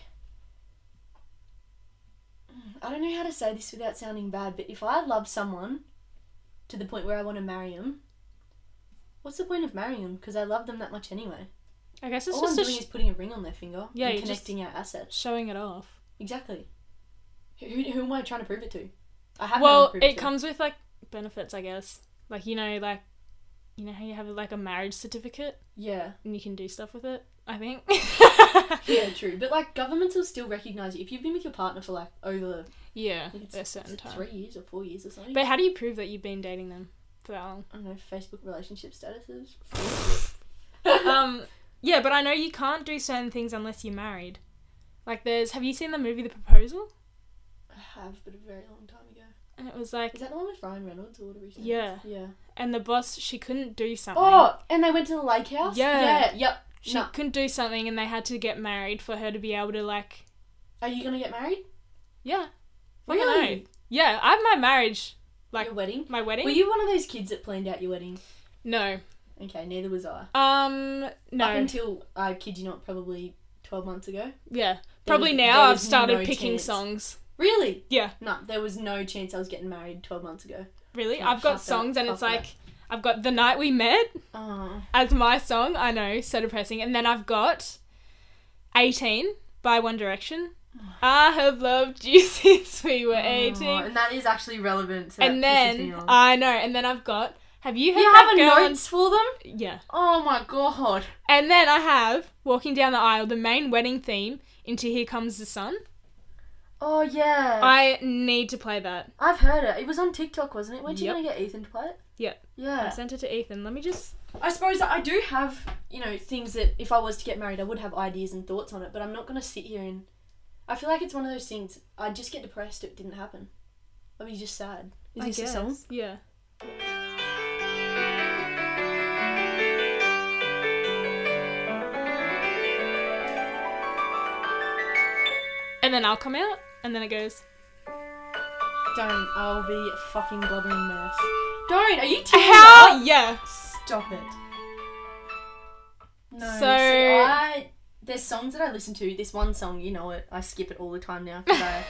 [SPEAKER 2] mm, I don't know how to say this without sounding bad, but if I love someone to the point where I want to marry him, what's the point of marrying him? Because I love them that much anyway.
[SPEAKER 1] I guess it's
[SPEAKER 2] All I'm
[SPEAKER 1] just a
[SPEAKER 2] doing
[SPEAKER 1] sh-
[SPEAKER 2] is putting a ring on their finger
[SPEAKER 1] Yeah,
[SPEAKER 2] and
[SPEAKER 1] you're just-
[SPEAKER 2] connecting our assets.
[SPEAKER 1] showing it off.
[SPEAKER 2] Exactly. Who, who, who am I trying to prove it to? I have no one
[SPEAKER 1] well
[SPEAKER 2] to prove
[SPEAKER 1] it
[SPEAKER 2] to.
[SPEAKER 1] comes with like benefits i guess like you know like you know how you have like a marriage certificate
[SPEAKER 2] Yeah,
[SPEAKER 1] and you can do stuff with it i think
[SPEAKER 2] yeah, true. But like governments will still recognise you if you've been with your partner for like over
[SPEAKER 1] yeah
[SPEAKER 2] I think it's-
[SPEAKER 1] at a
[SPEAKER 2] is
[SPEAKER 1] certain
[SPEAKER 2] it
[SPEAKER 1] time
[SPEAKER 2] three years or four years or something.
[SPEAKER 1] but how do you prove that you've been dating them for that long
[SPEAKER 2] I don't know, Facebook relationship statuses.
[SPEAKER 1] um Yeah, but I know you can't do certain things unless you're married. Like there's have you seen the movie The Proposal?
[SPEAKER 2] I have, but a very long time ago.
[SPEAKER 1] And it was like
[SPEAKER 2] Is that the one with Ryan Reynolds or whatever? his name is?
[SPEAKER 1] Yeah.
[SPEAKER 2] Yeah.
[SPEAKER 1] and the boss she couldn't do something.
[SPEAKER 2] Oh, and they went to the lake house.
[SPEAKER 1] Yeah.
[SPEAKER 2] Yeah. Yep.
[SPEAKER 1] she
[SPEAKER 2] no.
[SPEAKER 1] couldn't do something and they had to get married for her to be able to like
[SPEAKER 2] Are you gonna get married?
[SPEAKER 1] Yeah. Fucking
[SPEAKER 2] Really?
[SPEAKER 1] oath. Yeah, I have my marriage Like-
[SPEAKER 2] Your wedding?
[SPEAKER 1] my wedding.
[SPEAKER 2] Were you one of those kids that planned out your wedding?
[SPEAKER 1] no.
[SPEAKER 2] Okay, neither was I.
[SPEAKER 1] Um no.
[SPEAKER 2] Up until I kid you not, probably twelve months ago.
[SPEAKER 1] yeah. Probably
[SPEAKER 2] was-
[SPEAKER 1] now
[SPEAKER 2] there
[SPEAKER 1] I've
[SPEAKER 2] was
[SPEAKER 1] started
[SPEAKER 2] no
[SPEAKER 1] picking
[SPEAKER 2] chance.
[SPEAKER 1] songs.
[SPEAKER 2] Really?
[SPEAKER 1] Yeah.
[SPEAKER 2] No, there was no chance I was getting married twelve months ago.
[SPEAKER 1] Really?
[SPEAKER 2] Can't
[SPEAKER 1] I've got
[SPEAKER 2] shut that
[SPEAKER 1] songs and it's
[SPEAKER 2] fucker.
[SPEAKER 1] like I've got The Night We Met
[SPEAKER 2] Oh.
[SPEAKER 1] as my song. I know, so depressing. And then I've got 18 by One Direction. I have loved you since we
[SPEAKER 2] Oh
[SPEAKER 1] were 18.
[SPEAKER 2] and that is actually relevant. So
[SPEAKER 1] And
[SPEAKER 2] that pisses me
[SPEAKER 1] then
[SPEAKER 2] off.
[SPEAKER 1] I know, and then I've got have you heard
[SPEAKER 2] you
[SPEAKER 1] that
[SPEAKER 2] have a
[SPEAKER 1] girl on-
[SPEAKER 2] notes for them?
[SPEAKER 1] Yeah.
[SPEAKER 2] Oh my god.
[SPEAKER 1] And then I have Walking Down the Aisle, the main wedding theme into Here Comes the Sun.
[SPEAKER 2] Oh yeah.
[SPEAKER 1] I need to play that.
[SPEAKER 2] I've heard it. It was on TikTok, wasn't it? Weren't you
[SPEAKER 1] Yep.
[SPEAKER 2] gonna get Ethan to play it?
[SPEAKER 1] Yep. I
[SPEAKER 2] Yeah.
[SPEAKER 1] sent it to Ethan. Let me just
[SPEAKER 2] I suppose I do have, you know, things that if I was to get married, I would have ideas and thoughts on it, but I'm not going to sit here and. I feel like it's one of those things, I'd just get depressed if it didn't happen. I'd be just sad. Is
[SPEAKER 1] I
[SPEAKER 2] this a song?
[SPEAKER 1] guess. Yeah. And then I'll come out, and then it goes.
[SPEAKER 2] Don't. I'll be a fucking blubbering mess. Don't! Are you tearing
[SPEAKER 1] How?
[SPEAKER 2] up?
[SPEAKER 1] Yeah.
[SPEAKER 2] Stop it. No.
[SPEAKER 1] So-
[SPEAKER 2] So. I, there's songs that I listen to. This one song, you know it. I skip it all the time now because I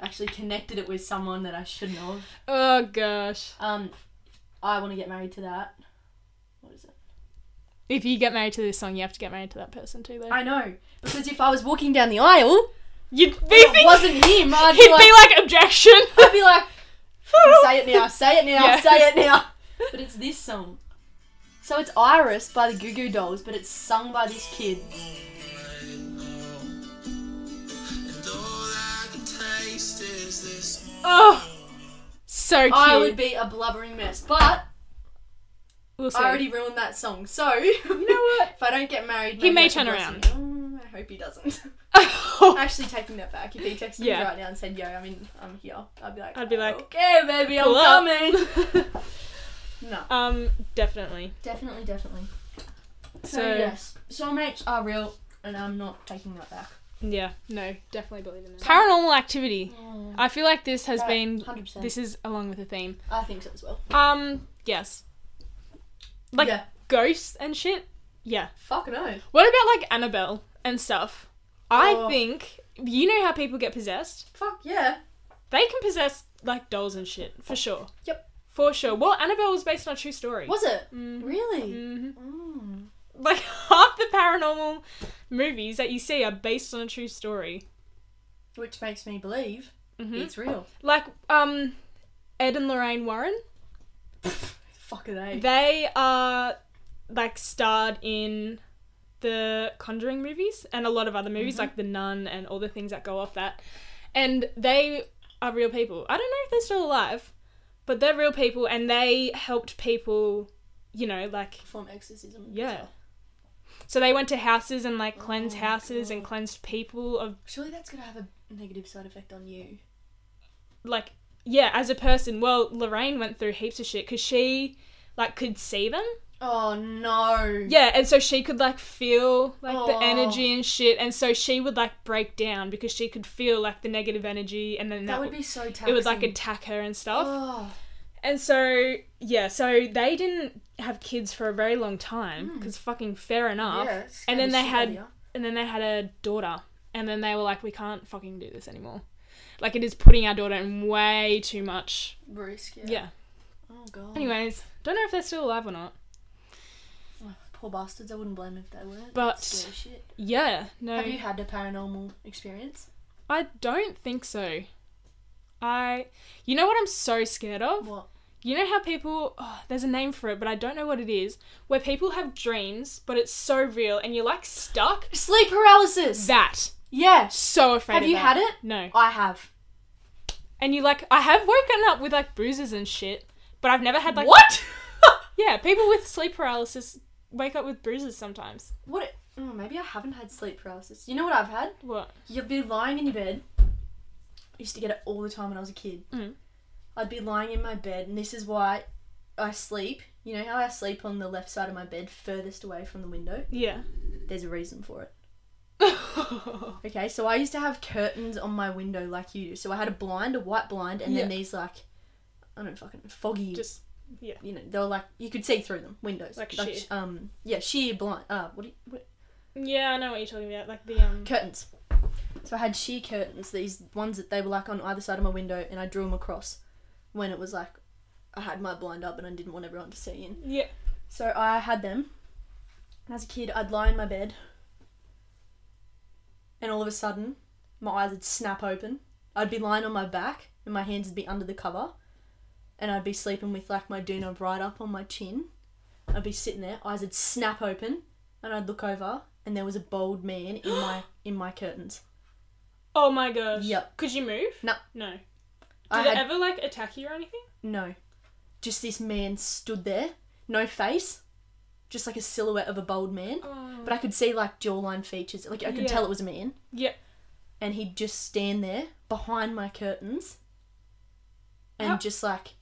[SPEAKER 2] actually connected it with someone that I shouldn't have.
[SPEAKER 1] Oh gosh.
[SPEAKER 2] Um, I want to get married to that. What is it?
[SPEAKER 1] If you get married to this song, you have to get married to that person too, though.
[SPEAKER 2] I know because if I was walking down the aisle,
[SPEAKER 1] You'd be
[SPEAKER 2] if
[SPEAKER 1] thinking-
[SPEAKER 2] it wasn't him, I'd
[SPEAKER 1] He'd
[SPEAKER 2] be like,
[SPEAKER 1] be like objection.
[SPEAKER 2] I'd be like, say it now, say it now,
[SPEAKER 1] Yeah.
[SPEAKER 2] say it now. But it's this song. So it's Iris by the Goo Goo Dolls, but it's sung by this kid.
[SPEAKER 1] Oh, so cute.
[SPEAKER 2] I would be a blubbering mess, but
[SPEAKER 1] We'll see.
[SPEAKER 2] I already ruined that song. So you know
[SPEAKER 1] what?
[SPEAKER 2] if I don't get married,
[SPEAKER 1] He
[SPEAKER 2] maybe
[SPEAKER 1] may
[SPEAKER 2] I can
[SPEAKER 1] turn
[SPEAKER 2] bless
[SPEAKER 1] around.
[SPEAKER 2] him. Mm, I hope he doesn't. Actually, taking that back. If he texted
[SPEAKER 1] Yeah.
[SPEAKER 2] me right now and said, "Yo, I'm in, I'm here," I'd be like,
[SPEAKER 1] I'd be like,
[SPEAKER 2] "Okay, baby, I'm
[SPEAKER 1] "Pull up."
[SPEAKER 2] coming." no,
[SPEAKER 1] um, definitely.
[SPEAKER 2] definitely, definitely. So,
[SPEAKER 1] So-
[SPEAKER 2] yes, soulmates are real, and I'm not taking that back.
[SPEAKER 1] Yeah, no, definitely believe in it. Paranormal activity.
[SPEAKER 2] Oh,
[SPEAKER 1] I feel like this has
[SPEAKER 2] Right,
[SPEAKER 1] been.
[SPEAKER 2] 100%.
[SPEAKER 1] This is along with the theme.
[SPEAKER 2] I think so as well.
[SPEAKER 1] Um, yes. Like
[SPEAKER 2] yeah,
[SPEAKER 1] ghosts and shit. Yeah.
[SPEAKER 2] fuck no.
[SPEAKER 1] What about like Annabelle and stuff? I
[SPEAKER 2] Oh.
[SPEAKER 1] think you know how people get possessed.
[SPEAKER 2] Fuck yeah.
[SPEAKER 1] They can possess like dolls and shit for sure.
[SPEAKER 2] Yep.
[SPEAKER 1] For sure. Well, Annabelle was based on a true story.
[SPEAKER 2] Was it
[SPEAKER 1] Mm.
[SPEAKER 2] really?
[SPEAKER 1] hmm
[SPEAKER 2] Mm.
[SPEAKER 1] like half the paranormal movies that you see are based on a true story.
[SPEAKER 2] Which makes me believe
[SPEAKER 1] hmm
[SPEAKER 2] it's real.
[SPEAKER 1] Like um, Ed and Lorraine Warren,
[SPEAKER 2] Fuck are they?
[SPEAKER 1] they are like starred in the Conjuring movies and a lot of other movies
[SPEAKER 2] Mm-hmm.
[SPEAKER 1] like The Nun and all the things that go off that, and they are real people. I don't know if they're still alive, but they're real people and they helped people. You know, like
[SPEAKER 2] Perform exorcism. and
[SPEAKER 1] Yeah.
[SPEAKER 2] stuff.
[SPEAKER 1] so they went to houses and like cleansed
[SPEAKER 2] Oh,
[SPEAKER 1] houses and
[SPEAKER 2] God.
[SPEAKER 1] cleansed people of
[SPEAKER 2] Surely that's gonna have a negative side effect on you.
[SPEAKER 1] like yeah as a person well lorraine went through heaps of shit because she like could see them
[SPEAKER 2] Oh no.
[SPEAKER 1] yeah and so she could like feel like
[SPEAKER 2] Aw.
[SPEAKER 1] the energy and shit and so she would like break down because she could feel like the negative energy and then that,
[SPEAKER 2] That would
[SPEAKER 1] would
[SPEAKER 2] be so taxing.
[SPEAKER 1] it would like attack her and stuff
[SPEAKER 2] Oh,
[SPEAKER 1] and so yeah so they didn't have kids for a very long time because fucking fair enough
[SPEAKER 2] Hmm. yeah, it's
[SPEAKER 1] and
[SPEAKER 2] gonna
[SPEAKER 1] then
[SPEAKER 2] be
[SPEAKER 1] they
[SPEAKER 2] shit
[SPEAKER 1] had
[SPEAKER 2] idea.
[SPEAKER 1] and then they had a daughter and then they were like we can't fucking do this anymore like it is putting our daughter in way too much
[SPEAKER 2] risk. Yeah.
[SPEAKER 1] yeah
[SPEAKER 2] Oh god.
[SPEAKER 1] Anyways, don't know if they're still alive or not.
[SPEAKER 2] Oh, poor bastards. I wouldn't blame them if they weren't.
[SPEAKER 1] But-
[SPEAKER 2] Scary shit.
[SPEAKER 1] Yeah, no.
[SPEAKER 2] have you had a paranormal experience?
[SPEAKER 1] I don't think so. I You know what I'm so scared of?
[SPEAKER 2] What?
[SPEAKER 1] You know how people oh, there's a name for it, but I don't know what it is, where people have dreams, but it's so real and you're like stuck?
[SPEAKER 2] Sleep paralysis.
[SPEAKER 1] That.
[SPEAKER 2] yes.
[SPEAKER 1] So afraid
[SPEAKER 2] Have
[SPEAKER 1] of
[SPEAKER 2] you
[SPEAKER 1] that.
[SPEAKER 2] had it?
[SPEAKER 1] No.
[SPEAKER 2] I have.
[SPEAKER 1] And you like I have woken up with like bruises and shit, but I've never had like
[SPEAKER 2] what?
[SPEAKER 1] Yeah, people with sleep paralysis wake up with bruises sometimes.
[SPEAKER 2] What? It, oh, maybe I haven't had sleep paralysis. You know what I've had?
[SPEAKER 1] What?
[SPEAKER 2] You'd be lying in your bed. I used to get it all the time when I was a kid.
[SPEAKER 1] Mm.
[SPEAKER 2] I'd be lying in my bed, and this is why I sleep. You know how I sleep on the left side of my bed, furthest away from the window?
[SPEAKER 1] Yeah.
[SPEAKER 2] There's a reason for it.
[SPEAKER 1] oh
[SPEAKER 2] Okay, so I used to have curtains on my window like you do. So I had a blind, a white blind, and then
[SPEAKER 1] Yeah.
[SPEAKER 2] these, like, I don't fucking, foggy.
[SPEAKER 1] Just- yeah.
[SPEAKER 2] You know, they were like, you could see through them, windows.
[SPEAKER 1] Like sheer.
[SPEAKER 2] Um, yeah, sheer blind. Uh, what do you, what,
[SPEAKER 1] yeah, I know what you're talking about. Like the um.
[SPEAKER 2] curtains. So I had sheer curtains, these ones that they were like on either side of my window, and I drew them across when it was like I had my blind up and I didn't want everyone to see in.
[SPEAKER 1] Yeah.
[SPEAKER 2] So I had them. And as a kid, I'd lie in my bed, and all of a sudden, my eyes would snap open. I'd be lying on my back, and my hands would be under the cover, and I'd be sleeping with like my doona right up on my chin. I'd be sitting there, eyes would snap open, and I'd look over, and there was a bald man in my in my curtains.
[SPEAKER 1] Oh my gosh.
[SPEAKER 2] Yep.
[SPEAKER 1] Could you move?
[SPEAKER 2] No.
[SPEAKER 1] No. Did
[SPEAKER 2] I
[SPEAKER 1] it
[SPEAKER 2] had
[SPEAKER 1] ever like attack you or anything?
[SPEAKER 2] no, just this man stood there, no face, just like a silhouette of a bald man.
[SPEAKER 1] Oh.
[SPEAKER 2] But I could see like jawline features. Like I could
[SPEAKER 1] Yeah.
[SPEAKER 2] tell it was a man.
[SPEAKER 1] Yeah.
[SPEAKER 2] And he'd just stand there behind my curtains and
[SPEAKER 1] How-
[SPEAKER 2] just like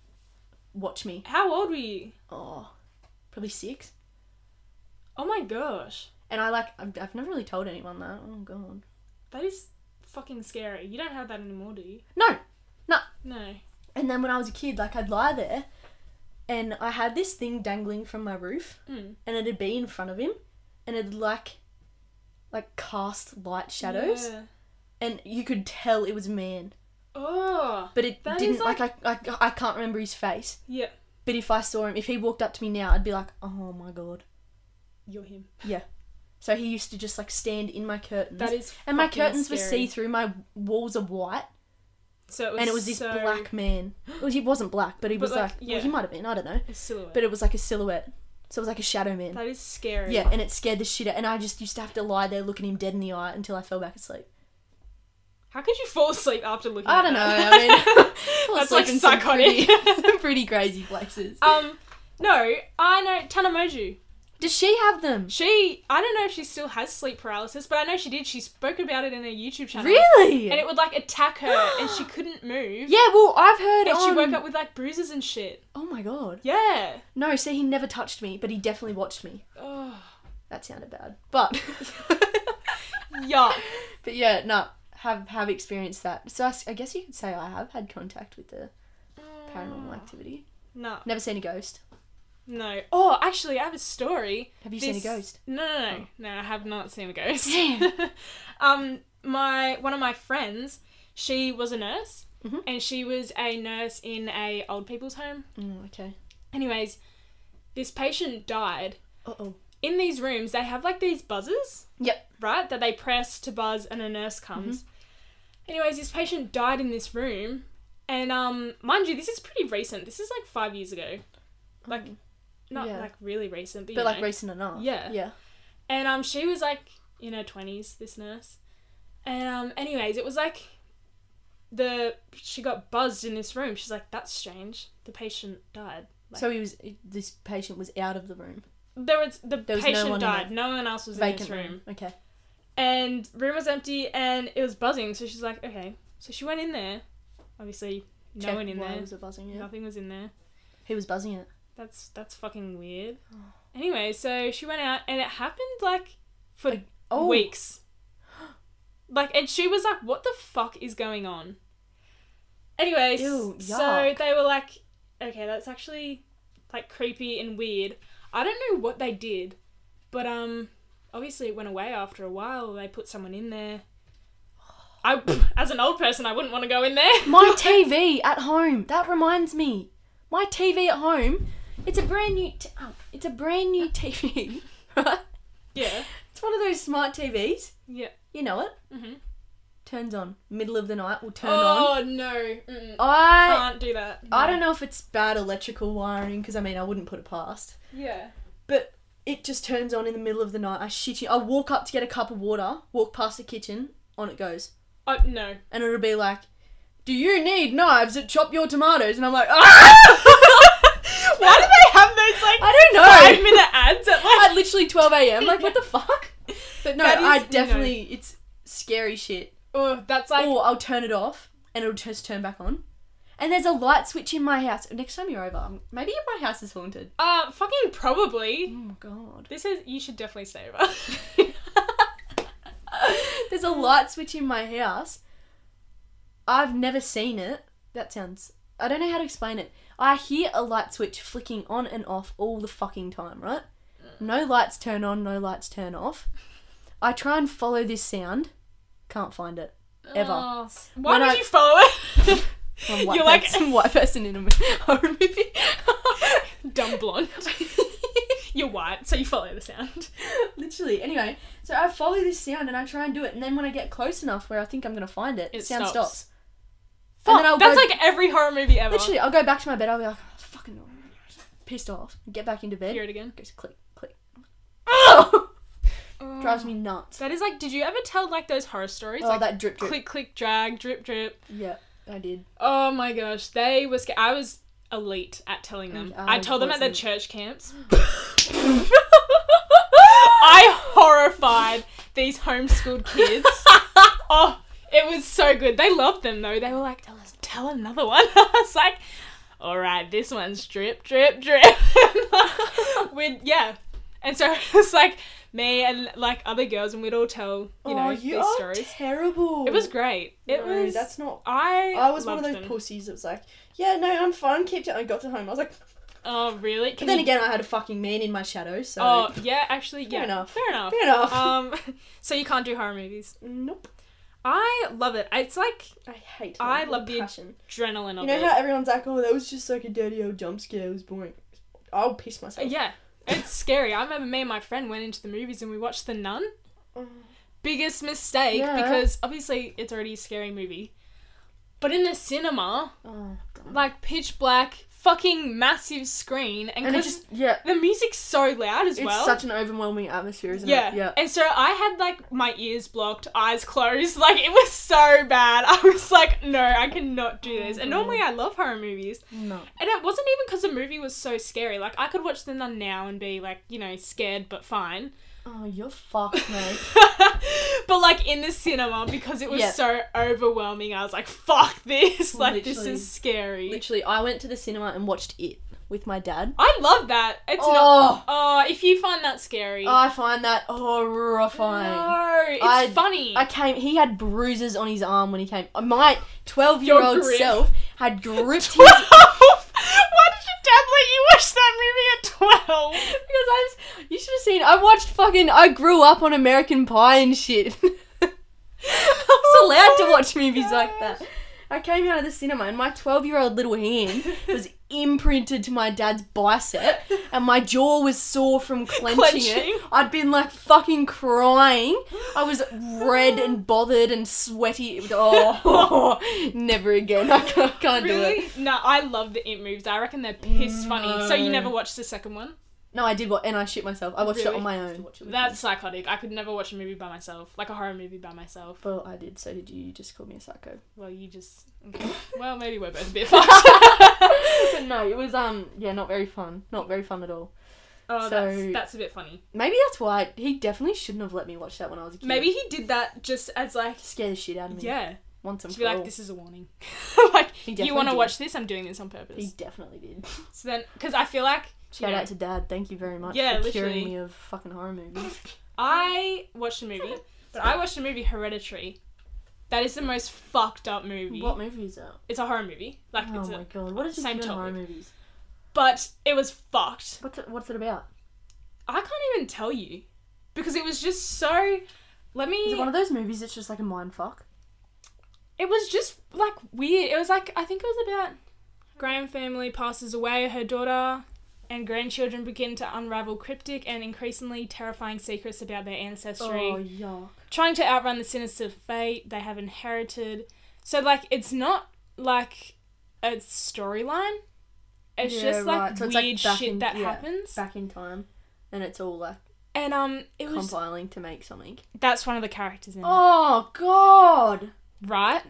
[SPEAKER 2] watch me.
[SPEAKER 1] How old were you?
[SPEAKER 2] Oh, probably six.
[SPEAKER 1] Oh my gosh.
[SPEAKER 2] And I like, I've, I've never really told anyone that. Oh, God.
[SPEAKER 1] That is fucking scary. You don't have that anymore, do you?
[SPEAKER 2] No!
[SPEAKER 1] No.
[SPEAKER 2] And then when I was a kid, like I'd lie there and I had this thing dangling from my roof
[SPEAKER 1] Mm.
[SPEAKER 2] and it'd be in front of him and it'd like, like cast light shadows
[SPEAKER 1] Yeah.
[SPEAKER 2] and you could tell it was a man.
[SPEAKER 1] Oh.
[SPEAKER 2] But it
[SPEAKER 1] That is,
[SPEAKER 2] didn't like, like I, I I can't remember his face.
[SPEAKER 1] Yeah.
[SPEAKER 2] But if I saw him, if he walked up to me now, I'd be like, oh my god.
[SPEAKER 1] You're him.
[SPEAKER 2] So he used to just like stand in my curtains.
[SPEAKER 1] That is.
[SPEAKER 2] and my
[SPEAKER 1] fucking
[SPEAKER 2] curtains were
[SPEAKER 1] scary.
[SPEAKER 2] see through. My walls are white,
[SPEAKER 1] So it was
[SPEAKER 2] and it was this
[SPEAKER 1] so-
[SPEAKER 2] black man. Well, he wasn't black, but he
[SPEAKER 1] But,
[SPEAKER 2] was
[SPEAKER 1] like,
[SPEAKER 2] like,
[SPEAKER 1] yeah.
[SPEAKER 2] well, he might have been. I don't know.
[SPEAKER 1] a silhouette.
[SPEAKER 2] But it was like a silhouette, so it was like a shadow man.
[SPEAKER 1] that is scary.
[SPEAKER 2] yeah, and it scared the shit out. And I just used to have to lie there looking him dead in the eye until I fell back asleep.
[SPEAKER 1] How could you fall asleep after looking?
[SPEAKER 2] I
[SPEAKER 1] at
[SPEAKER 2] don't know.
[SPEAKER 1] that?
[SPEAKER 2] I mean, fell
[SPEAKER 1] that's
[SPEAKER 2] asleep
[SPEAKER 1] like
[SPEAKER 2] in some
[SPEAKER 1] psychotic.
[SPEAKER 2] Pretty, pretty crazy places.
[SPEAKER 1] um, no, I know Tanamoju.
[SPEAKER 2] Does she have them?
[SPEAKER 1] She, I don't know if she still has sleep paralysis, but I know she did. She spoke about it in her YouTube channel.
[SPEAKER 2] Really?
[SPEAKER 1] And it would like attack her, and she couldn't move.
[SPEAKER 2] yeah. Well, I've heard.
[SPEAKER 1] And she
[SPEAKER 2] on-
[SPEAKER 1] woke up with like bruises and shit.
[SPEAKER 2] Oh my god.
[SPEAKER 1] Yeah.
[SPEAKER 2] No, see, he never touched me, but he definitely watched me.
[SPEAKER 1] Oh,
[SPEAKER 2] That sounded bad, but
[SPEAKER 1] yuck.
[SPEAKER 2] but yeah, no, have have experienced that. So I, s- I guess you could say I have had contact with the
[SPEAKER 1] Mm.
[SPEAKER 2] paranormal activity.
[SPEAKER 1] No,
[SPEAKER 2] Never seen a ghost.
[SPEAKER 1] no. Oh, actually, I have a story.
[SPEAKER 2] Have you
[SPEAKER 1] This-
[SPEAKER 2] seen a ghost? Oh.
[SPEAKER 1] No, no, no, no. I have not seen a ghost.
[SPEAKER 2] Damn.
[SPEAKER 1] um, my one of my friends, she was a nurse,
[SPEAKER 2] Mhm.
[SPEAKER 1] and she was a nurse in a old people's home.
[SPEAKER 2] Mm, okay.
[SPEAKER 1] Anyways, this patient died.
[SPEAKER 2] Uh oh.
[SPEAKER 1] In these rooms, they have like these buzzers.
[SPEAKER 2] Yep.
[SPEAKER 1] Right, that they press to buzz, and a nurse comes.
[SPEAKER 2] Mm-hmm.
[SPEAKER 1] Anyways, this patient died in this room, and um, mind you, this is pretty recent. This is like five years ago. Like, not
[SPEAKER 2] Oh. Yeah.
[SPEAKER 1] like really recent, but,
[SPEAKER 2] But
[SPEAKER 1] you
[SPEAKER 2] like
[SPEAKER 1] know.
[SPEAKER 2] recent enough.
[SPEAKER 1] Yeah.
[SPEAKER 2] Yeah.
[SPEAKER 1] And um, she was like in her twenties, this nurse. And um, anyways, it was like the she got buzzed in this room. She's like, "That's strange. The patient died." Like,
[SPEAKER 2] so he was. This patient was out of the room.
[SPEAKER 1] there was the
[SPEAKER 2] There was no
[SPEAKER 1] patient
[SPEAKER 2] one in
[SPEAKER 1] died. No one else was
[SPEAKER 2] Vacant
[SPEAKER 1] in this room.
[SPEAKER 2] room. Okay.
[SPEAKER 1] And room was empty, and it was buzzing. So she's like, "Okay." So she went in there. Obviously, no
[SPEAKER 2] Check
[SPEAKER 1] one in
[SPEAKER 2] why
[SPEAKER 1] there.
[SPEAKER 2] Was it buzzing? Yeah.
[SPEAKER 1] Nothing was in there.
[SPEAKER 2] He was buzzing it.
[SPEAKER 1] That's that's fucking weird. Anyway, so she went out, and it happened like for
[SPEAKER 2] Like, Oh.
[SPEAKER 1] weeks. Like, and she was like, "What the fuck is going on?" Anyway, s-
[SPEAKER 2] Ew,
[SPEAKER 1] so
[SPEAKER 2] yuck.
[SPEAKER 1] they were like, "Okay, that's actually like creepy and weird." I don't know what they did, but um, obviously it went away after a while. They put someone in there. I, as an old person, I wouldn't want to go in there.
[SPEAKER 2] My TV at home. That reminds me. My TV at home. It's a brand new. T- oh, it's a brand new TV. Right?
[SPEAKER 1] yeah,
[SPEAKER 2] It's one of those smart TVs.
[SPEAKER 1] yeah.
[SPEAKER 2] You know it.
[SPEAKER 1] Mm-hmm.
[SPEAKER 2] Turns on middle of the night. Will turn on.
[SPEAKER 1] Oh no, Mm-mm.
[SPEAKER 2] I
[SPEAKER 1] can't do that.
[SPEAKER 2] I don't know if it's bad electrical wiring because I mean I wouldn't put it past.
[SPEAKER 1] Yeah.
[SPEAKER 2] But it just turns on in the middle of the night. I shit you. I walk up to get a cup of water. Walk past the kitchen. On it goes,
[SPEAKER 1] Oh no.
[SPEAKER 2] and it'll be like. Do you need knives that chop your tomatoes? And I'm like, ah!
[SPEAKER 1] Why do they have those like
[SPEAKER 2] I don't know.
[SPEAKER 1] five minute ads at like
[SPEAKER 2] I literally literally 12 a.m. Like, what the fuck?
[SPEAKER 1] But
[SPEAKER 2] No,
[SPEAKER 1] that is-
[SPEAKER 2] I definitely, it's scary shit.
[SPEAKER 1] Oh, that's like
[SPEAKER 2] or I'll turn it off and it'll just turn back on. And there's a light switch in my house. Next time you're over, um, maybe my house is haunted.
[SPEAKER 1] uh fucking
[SPEAKER 2] Oh
[SPEAKER 1] probably.
[SPEAKER 2] my god.
[SPEAKER 1] This is you should definitely stay over.
[SPEAKER 2] There's a light switch in my house. I've never seen it. That sounds. I don't know how to explain it. I hear a light switch flicking on and off all the fucking time, right? No lights turn on, no lights turn off. I try and follow this sound. Can't find it. Ever.
[SPEAKER 1] Oh, s- why
[SPEAKER 2] When
[SPEAKER 1] would
[SPEAKER 2] I-
[SPEAKER 1] you follow it?
[SPEAKER 2] Some white
[SPEAKER 1] You're like-
[SPEAKER 2] person, white person in a mo- horror movie.
[SPEAKER 1] Dumb blonde. You're white, so you follow the sound.
[SPEAKER 2] Literally. Anyway, so I follow this sound and I try and do it, and then when I get close enough where I think I'm gonna find it, the
[SPEAKER 1] It
[SPEAKER 2] sound
[SPEAKER 1] stops.
[SPEAKER 2] stops.
[SPEAKER 1] Fuck,
[SPEAKER 2] I'll
[SPEAKER 1] that's
[SPEAKER 2] go-
[SPEAKER 1] like every horror movie ever.
[SPEAKER 2] Literally, I'll go back to my bed. I'll be like, oh, fucking pissed off. Get back into bed.
[SPEAKER 1] Hear it again.
[SPEAKER 2] Goes click, click. Oh! Drives
[SPEAKER 1] Oh.
[SPEAKER 2] me nuts.
[SPEAKER 1] That is like, did you ever tell like those horror stories?
[SPEAKER 2] oh,
[SPEAKER 1] like
[SPEAKER 2] that drip drip.
[SPEAKER 1] click, click, drag, drip, drip.
[SPEAKER 2] Yeah, I did.
[SPEAKER 1] Oh my gosh, they were scared. I was elite at telling them.
[SPEAKER 2] Mm, I
[SPEAKER 1] I told them at the
[SPEAKER 2] wasn't.
[SPEAKER 1] church camps. I horrified these homeschooled kids. oh, it was so good. They loved them though. They were like, tell us, tell another one. I was like, all right, this one's drip, drip, drip. we'd, yeah. And so it's like me and like other girls, and we'd all tell, you know,
[SPEAKER 2] oh, you
[SPEAKER 1] these
[SPEAKER 2] are
[SPEAKER 1] stories.
[SPEAKER 2] terrible.
[SPEAKER 1] It was great. It
[SPEAKER 2] No,
[SPEAKER 1] was.
[SPEAKER 2] That's not.
[SPEAKER 1] I.
[SPEAKER 2] I was one of
[SPEAKER 1] loved
[SPEAKER 2] those
[SPEAKER 1] them.
[SPEAKER 2] pussies that was like, yeah, no, I'm fine. Keep it. I got to home. I was like,
[SPEAKER 1] Oh really?
[SPEAKER 2] but
[SPEAKER 1] Can
[SPEAKER 2] then
[SPEAKER 1] you-
[SPEAKER 2] again, I had a fucking man in my shadow, so
[SPEAKER 1] Oh yeah, actually yeah.
[SPEAKER 2] Fair enough.
[SPEAKER 1] Fair enough.
[SPEAKER 2] fair enough.
[SPEAKER 1] um, so you can't do horror movies.
[SPEAKER 2] nope.
[SPEAKER 1] I love it. It's like
[SPEAKER 2] I hate.
[SPEAKER 1] I
[SPEAKER 2] them with
[SPEAKER 1] love
[SPEAKER 2] a
[SPEAKER 1] the-
[SPEAKER 2] passion.
[SPEAKER 1] adrenaline of
[SPEAKER 2] You know
[SPEAKER 1] it.
[SPEAKER 2] how everyone's like, oh, that was just like a dirty old jump scare. It was boring. I'll piss
[SPEAKER 1] Uh,
[SPEAKER 2] myself.
[SPEAKER 1] yeah, it's scary. I remember me and my friend went into the movies and we watched The Nun.
[SPEAKER 2] Oh.
[SPEAKER 1] Biggest mistake
[SPEAKER 2] Yeah.
[SPEAKER 1] because obviously it's already a scary movie, but in the cinema,
[SPEAKER 2] Oh, God.
[SPEAKER 1] like pitch black, fucking massive screen, and,
[SPEAKER 2] And it
[SPEAKER 1] 'cause
[SPEAKER 2] just yeah,
[SPEAKER 1] the music's so loud as
[SPEAKER 2] it's
[SPEAKER 1] well.
[SPEAKER 2] such an overwhelming atmosphere, isn't
[SPEAKER 1] Yeah.
[SPEAKER 2] it? Yeah.
[SPEAKER 1] And so I had like my ears blocked, eyes closed. Like it was so bad. I was like, no, I cannot do this.
[SPEAKER 2] Oh,
[SPEAKER 1] And normally I love horror movies.
[SPEAKER 2] No.
[SPEAKER 1] And it wasn't even because the movie was so scary. Like I could watch The Nun now and be like, you know, scared but fine.
[SPEAKER 2] Oh, you're fucked, mate.
[SPEAKER 1] but like in the cinema, because it was
[SPEAKER 2] Yeah.
[SPEAKER 1] so overwhelming, I was like, fuck this. Like this
[SPEAKER 2] Literally.
[SPEAKER 1] is scary.
[SPEAKER 2] Literally, I went to the cinema and watched it with my dad.
[SPEAKER 1] I love that. It's
[SPEAKER 2] Oh.
[SPEAKER 1] not. Oh, if you find that scary.
[SPEAKER 2] I find that horrifying.
[SPEAKER 1] No, it's
[SPEAKER 2] I-
[SPEAKER 1] funny.
[SPEAKER 2] I came. He had bruises on his arm when he came. My twelve-year-old
[SPEAKER 1] Your grip.
[SPEAKER 2] self had gripped his
[SPEAKER 1] 12? Why did your dad let you watch that movie at 12?
[SPEAKER 2] Because I was, you should have seen. I watched fucking. I grew up on American Pie and shit. I
[SPEAKER 1] Oh
[SPEAKER 2] was allowed to watch movies like that. I came out of the cinema and my 12 year old little hand was imprinted to my dad's bicep and my jaw was sore from clenching,
[SPEAKER 1] Clenching.
[SPEAKER 2] it. I'd been like fucking crying. I was red and bothered and sweaty. It was- Oh, never again. I can't, can't do it.
[SPEAKER 1] Really? No, I love the imp moves. I reckon they're piss funny. So you
[SPEAKER 2] No.
[SPEAKER 1] never watched the second one?
[SPEAKER 2] No, I did what, and I shit myself. I watched it
[SPEAKER 1] Really?
[SPEAKER 2] on my own.
[SPEAKER 1] That's psychotic. I could never watch a movie by myself, like a horror movie by myself.
[SPEAKER 2] Well, I did. So did you. You just called me a psycho.
[SPEAKER 1] Well, you just. Okay. Well, maybe we're both a bit fucked.
[SPEAKER 2] but no, it was um yeah, not very fun. Not very fun at all.
[SPEAKER 1] Oh,
[SPEAKER 2] So-
[SPEAKER 1] that's, that's a bit funny.
[SPEAKER 2] Maybe that's why he definitely shouldn't have let me watch that when I was a kid.
[SPEAKER 1] Maybe he did that just as, like,
[SPEAKER 2] scare the shit out of me.
[SPEAKER 1] yeah.
[SPEAKER 2] Once and
[SPEAKER 1] To
[SPEAKER 2] for
[SPEAKER 1] be
[SPEAKER 2] like, all.
[SPEAKER 1] like, this is a warning. like,
[SPEAKER 2] He
[SPEAKER 1] you
[SPEAKER 2] definitely
[SPEAKER 1] want to
[SPEAKER 2] did.
[SPEAKER 1] watch this? I'm doing this on purpose.
[SPEAKER 2] He definitely did.
[SPEAKER 1] So then, because I feel like. you
[SPEAKER 2] Shout
[SPEAKER 1] know,
[SPEAKER 2] out to Dad. Thank you very much
[SPEAKER 1] Yeah,
[SPEAKER 2] for curing
[SPEAKER 1] literally.
[SPEAKER 2] me of fucking horror movies.
[SPEAKER 1] I watched a movie, but I watched a movie Hereditary. That is the most fucked up movie.
[SPEAKER 2] what movie is that?
[SPEAKER 1] It's a horror movie, like
[SPEAKER 2] oh
[SPEAKER 1] it's
[SPEAKER 2] my
[SPEAKER 1] a,
[SPEAKER 2] god, what is it
[SPEAKER 1] same
[SPEAKER 2] doing horror
[SPEAKER 1] topic.
[SPEAKER 2] movies?
[SPEAKER 1] but it was fucked.
[SPEAKER 2] What's it, what's it about?
[SPEAKER 1] I can't even tell you because it was just so. Let me.
[SPEAKER 2] Is it
[SPEAKER 1] It,
[SPEAKER 2] one of those movies that's just like a mind fuck?
[SPEAKER 1] was just like weird. It was like I think it was about Graham family passes away, her daughter and grandchildren begin to unravel cryptic and increasingly terrifying secrets about their ancestry.
[SPEAKER 2] Oh yuck.
[SPEAKER 1] trying to outrun the sinister fate they have inherited. So like it's not like a storyline. It's
[SPEAKER 2] Yeah,
[SPEAKER 1] just like
[SPEAKER 2] right. So
[SPEAKER 1] weird
[SPEAKER 2] it's, like, back
[SPEAKER 1] shit
[SPEAKER 2] in-
[SPEAKER 1] that
[SPEAKER 2] yeah,
[SPEAKER 1] happens.
[SPEAKER 2] Back in time. And it's all like
[SPEAKER 1] And um it was
[SPEAKER 2] compiling to make something.
[SPEAKER 1] that's one of the characters in it.
[SPEAKER 2] Oh god.
[SPEAKER 1] Right?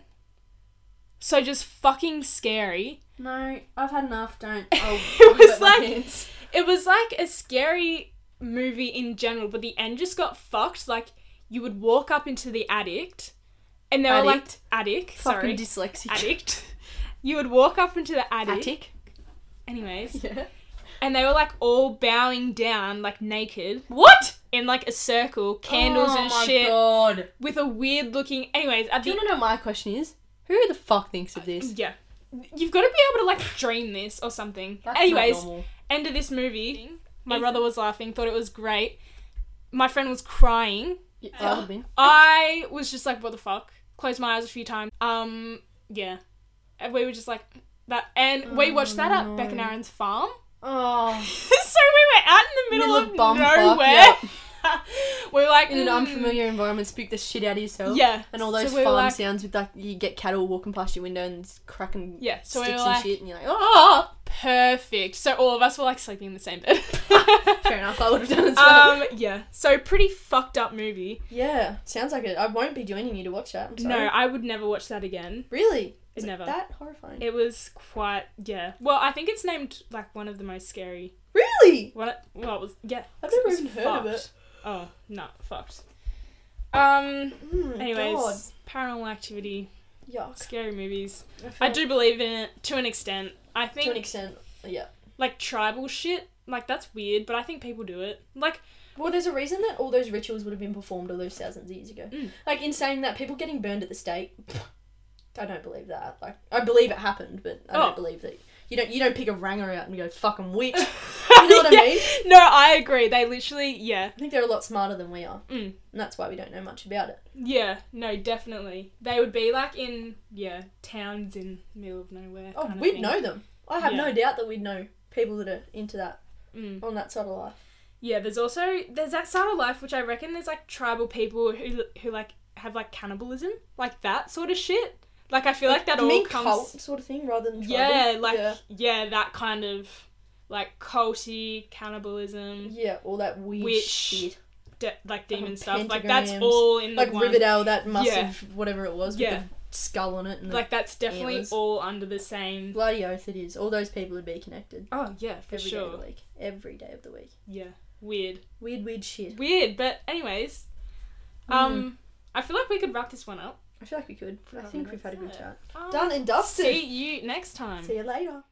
[SPEAKER 1] So just fucking scary.
[SPEAKER 2] No, I've had enough. Don't. I'll
[SPEAKER 1] It was
[SPEAKER 2] wet my
[SPEAKER 1] like
[SPEAKER 2] pants.
[SPEAKER 1] it was like a scary movie in general, but the end just got fucked. Like you would walk up into the addict, and they were like
[SPEAKER 2] Addict.
[SPEAKER 1] addict.
[SPEAKER 2] Fucking
[SPEAKER 1] Sorry,
[SPEAKER 2] dyslexic.
[SPEAKER 1] addict. You would walk up into the attic.
[SPEAKER 2] Attic.
[SPEAKER 1] Anyways,
[SPEAKER 2] Yeah.
[SPEAKER 1] and they were like all bowing down, like naked,
[SPEAKER 2] What?
[SPEAKER 1] in like a circle, candles
[SPEAKER 2] oh
[SPEAKER 1] and
[SPEAKER 2] my
[SPEAKER 1] shit,
[SPEAKER 2] God.
[SPEAKER 1] with a weird looking. Anyways, at the
[SPEAKER 2] Do you want to know my question is? Who the fuck thinks of this?
[SPEAKER 1] yeah, you've got to be able to like dream this or something.
[SPEAKER 2] That's not
[SPEAKER 1] Anyways,
[SPEAKER 2] normal.
[SPEAKER 1] end of this movie. My
[SPEAKER 2] Is-
[SPEAKER 1] brother was laughing, thought it was great. My friend was crying.
[SPEAKER 2] Yeah, I would've been.
[SPEAKER 1] I was just like, what the fuck? Closed my eyes a few times. Um, yeah. And we were just like that, and we watched that at
[SPEAKER 2] Oh, no.
[SPEAKER 1] Beck and Aaron's farm.
[SPEAKER 2] Oh,
[SPEAKER 1] so we were out in the middle,
[SPEAKER 2] Middle
[SPEAKER 1] of,
[SPEAKER 2] of bum fuck,
[SPEAKER 1] nowhere. we were like
[SPEAKER 2] in an
[SPEAKER 1] "Mm,
[SPEAKER 2] unfamiliar environment, spook the shit out of yourself.
[SPEAKER 1] Yeah,
[SPEAKER 2] And all those
[SPEAKER 1] so we were
[SPEAKER 2] farm
[SPEAKER 1] like-
[SPEAKER 2] sounds with like you get cattle walking past your window and s- cracking
[SPEAKER 1] Yeah, so we
[SPEAKER 2] sticks
[SPEAKER 1] were
[SPEAKER 2] and
[SPEAKER 1] like-
[SPEAKER 2] shit, and you're like, oh,
[SPEAKER 1] Perfect. So all of us were like sleeping in the same bed.
[SPEAKER 2] fair enough. I would have done as well.
[SPEAKER 1] Um, yeah. So pretty fucked up movie.
[SPEAKER 2] yeah, sounds like it. I won't be joining you to watch that. I'm
[SPEAKER 1] No,
[SPEAKER 2] sorry.
[SPEAKER 1] I would never watch that again.
[SPEAKER 2] really, Is it
[SPEAKER 1] Never.
[SPEAKER 2] that horrifying.
[SPEAKER 1] It was quite yeah. Well, I think it's named like one of the most scary.
[SPEAKER 2] really,
[SPEAKER 1] One, well, it was yeah.
[SPEAKER 2] I've never
[SPEAKER 1] it was
[SPEAKER 2] even heard of it.
[SPEAKER 1] fucked. Oh no, fucked. Um.
[SPEAKER 2] Mm,
[SPEAKER 1] Anyways,
[SPEAKER 2] God.
[SPEAKER 1] Paranormal Activity,
[SPEAKER 2] yuck.
[SPEAKER 1] scary movies.
[SPEAKER 2] I,
[SPEAKER 1] I
[SPEAKER 2] feel-
[SPEAKER 1] do believe in it to an extent. I think
[SPEAKER 2] to an extent. Yeah.
[SPEAKER 1] like tribal shit, like that's weird, but I think people do it. Like
[SPEAKER 2] Well, there's a reason that all those rituals would have been performed all those thousands of years ago.
[SPEAKER 1] Mm.
[SPEAKER 2] Like in saying that people getting burned at the stake, I don't believe that. Like I believe it happened, but I
[SPEAKER 1] Oh.
[SPEAKER 2] don't believe that. You don't you don't pick a ranger out and go fucking witch. You know what I
[SPEAKER 1] Yeah.
[SPEAKER 2] mean?
[SPEAKER 1] No, I agree. They literally yeah.
[SPEAKER 2] I think they're a lot smarter than we are,
[SPEAKER 1] Mm.
[SPEAKER 2] and that's why we don't know much about it.
[SPEAKER 1] Yeah, no, definitely. They would be like in yeah, towns in the middle of nowhere.
[SPEAKER 2] Oh,
[SPEAKER 1] kind of
[SPEAKER 2] we'd
[SPEAKER 1] thing.
[SPEAKER 2] know them. I have
[SPEAKER 1] Yeah.
[SPEAKER 2] no doubt that we'd know people that are into that
[SPEAKER 1] Mm.
[SPEAKER 2] on that side of life.
[SPEAKER 1] Yeah, there's also there's that side of life which I reckon there's like tribal people who who like have like cannibalism, like that sort of shit. Like I feel like that
[SPEAKER 2] You
[SPEAKER 1] all
[SPEAKER 2] mean
[SPEAKER 1] comes
[SPEAKER 2] cult sort of thing rather than tribal?
[SPEAKER 1] Yeah, like yeah.
[SPEAKER 2] yeah.
[SPEAKER 1] that kind of like culty cannibalism,
[SPEAKER 2] yeah, all that weird
[SPEAKER 1] Witch,
[SPEAKER 2] shit.
[SPEAKER 1] de- like demon
[SPEAKER 2] Fucking
[SPEAKER 1] stuff. Like that's
[SPEAKER 2] pentagrams.
[SPEAKER 1] all in the
[SPEAKER 2] Like
[SPEAKER 1] one.
[SPEAKER 2] Riverdale, that massive
[SPEAKER 1] Yeah.
[SPEAKER 2] whatever it was
[SPEAKER 1] Yeah.
[SPEAKER 2] with the skull on it and the
[SPEAKER 1] Like that's definitely
[SPEAKER 2] Antlers.
[SPEAKER 1] all under the same
[SPEAKER 2] Bloody oath it is. All those people would be connected
[SPEAKER 1] Oh yeah, for
[SPEAKER 2] every day
[SPEAKER 1] sure.
[SPEAKER 2] of the week. Every day of the week.
[SPEAKER 1] Yeah. Weird.
[SPEAKER 2] Weird, weird shit.
[SPEAKER 1] Weird, but anyways.
[SPEAKER 2] Hmm.
[SPEAKER 1] Um I feel like we could wrap this one up.
[SPEAKER 2] I feel like we could. I
[SPEAKER 1] Probably
[SPEAKER 2] think we've had a good
[SPEAKER 1] that's
[SPEAKER 2] chat.
[SPEAKER 1] Um,
[SPEAKER 2] Done and dusted.
[SPEAKER 1] See you next time.
[SPEAKER 2] See you later.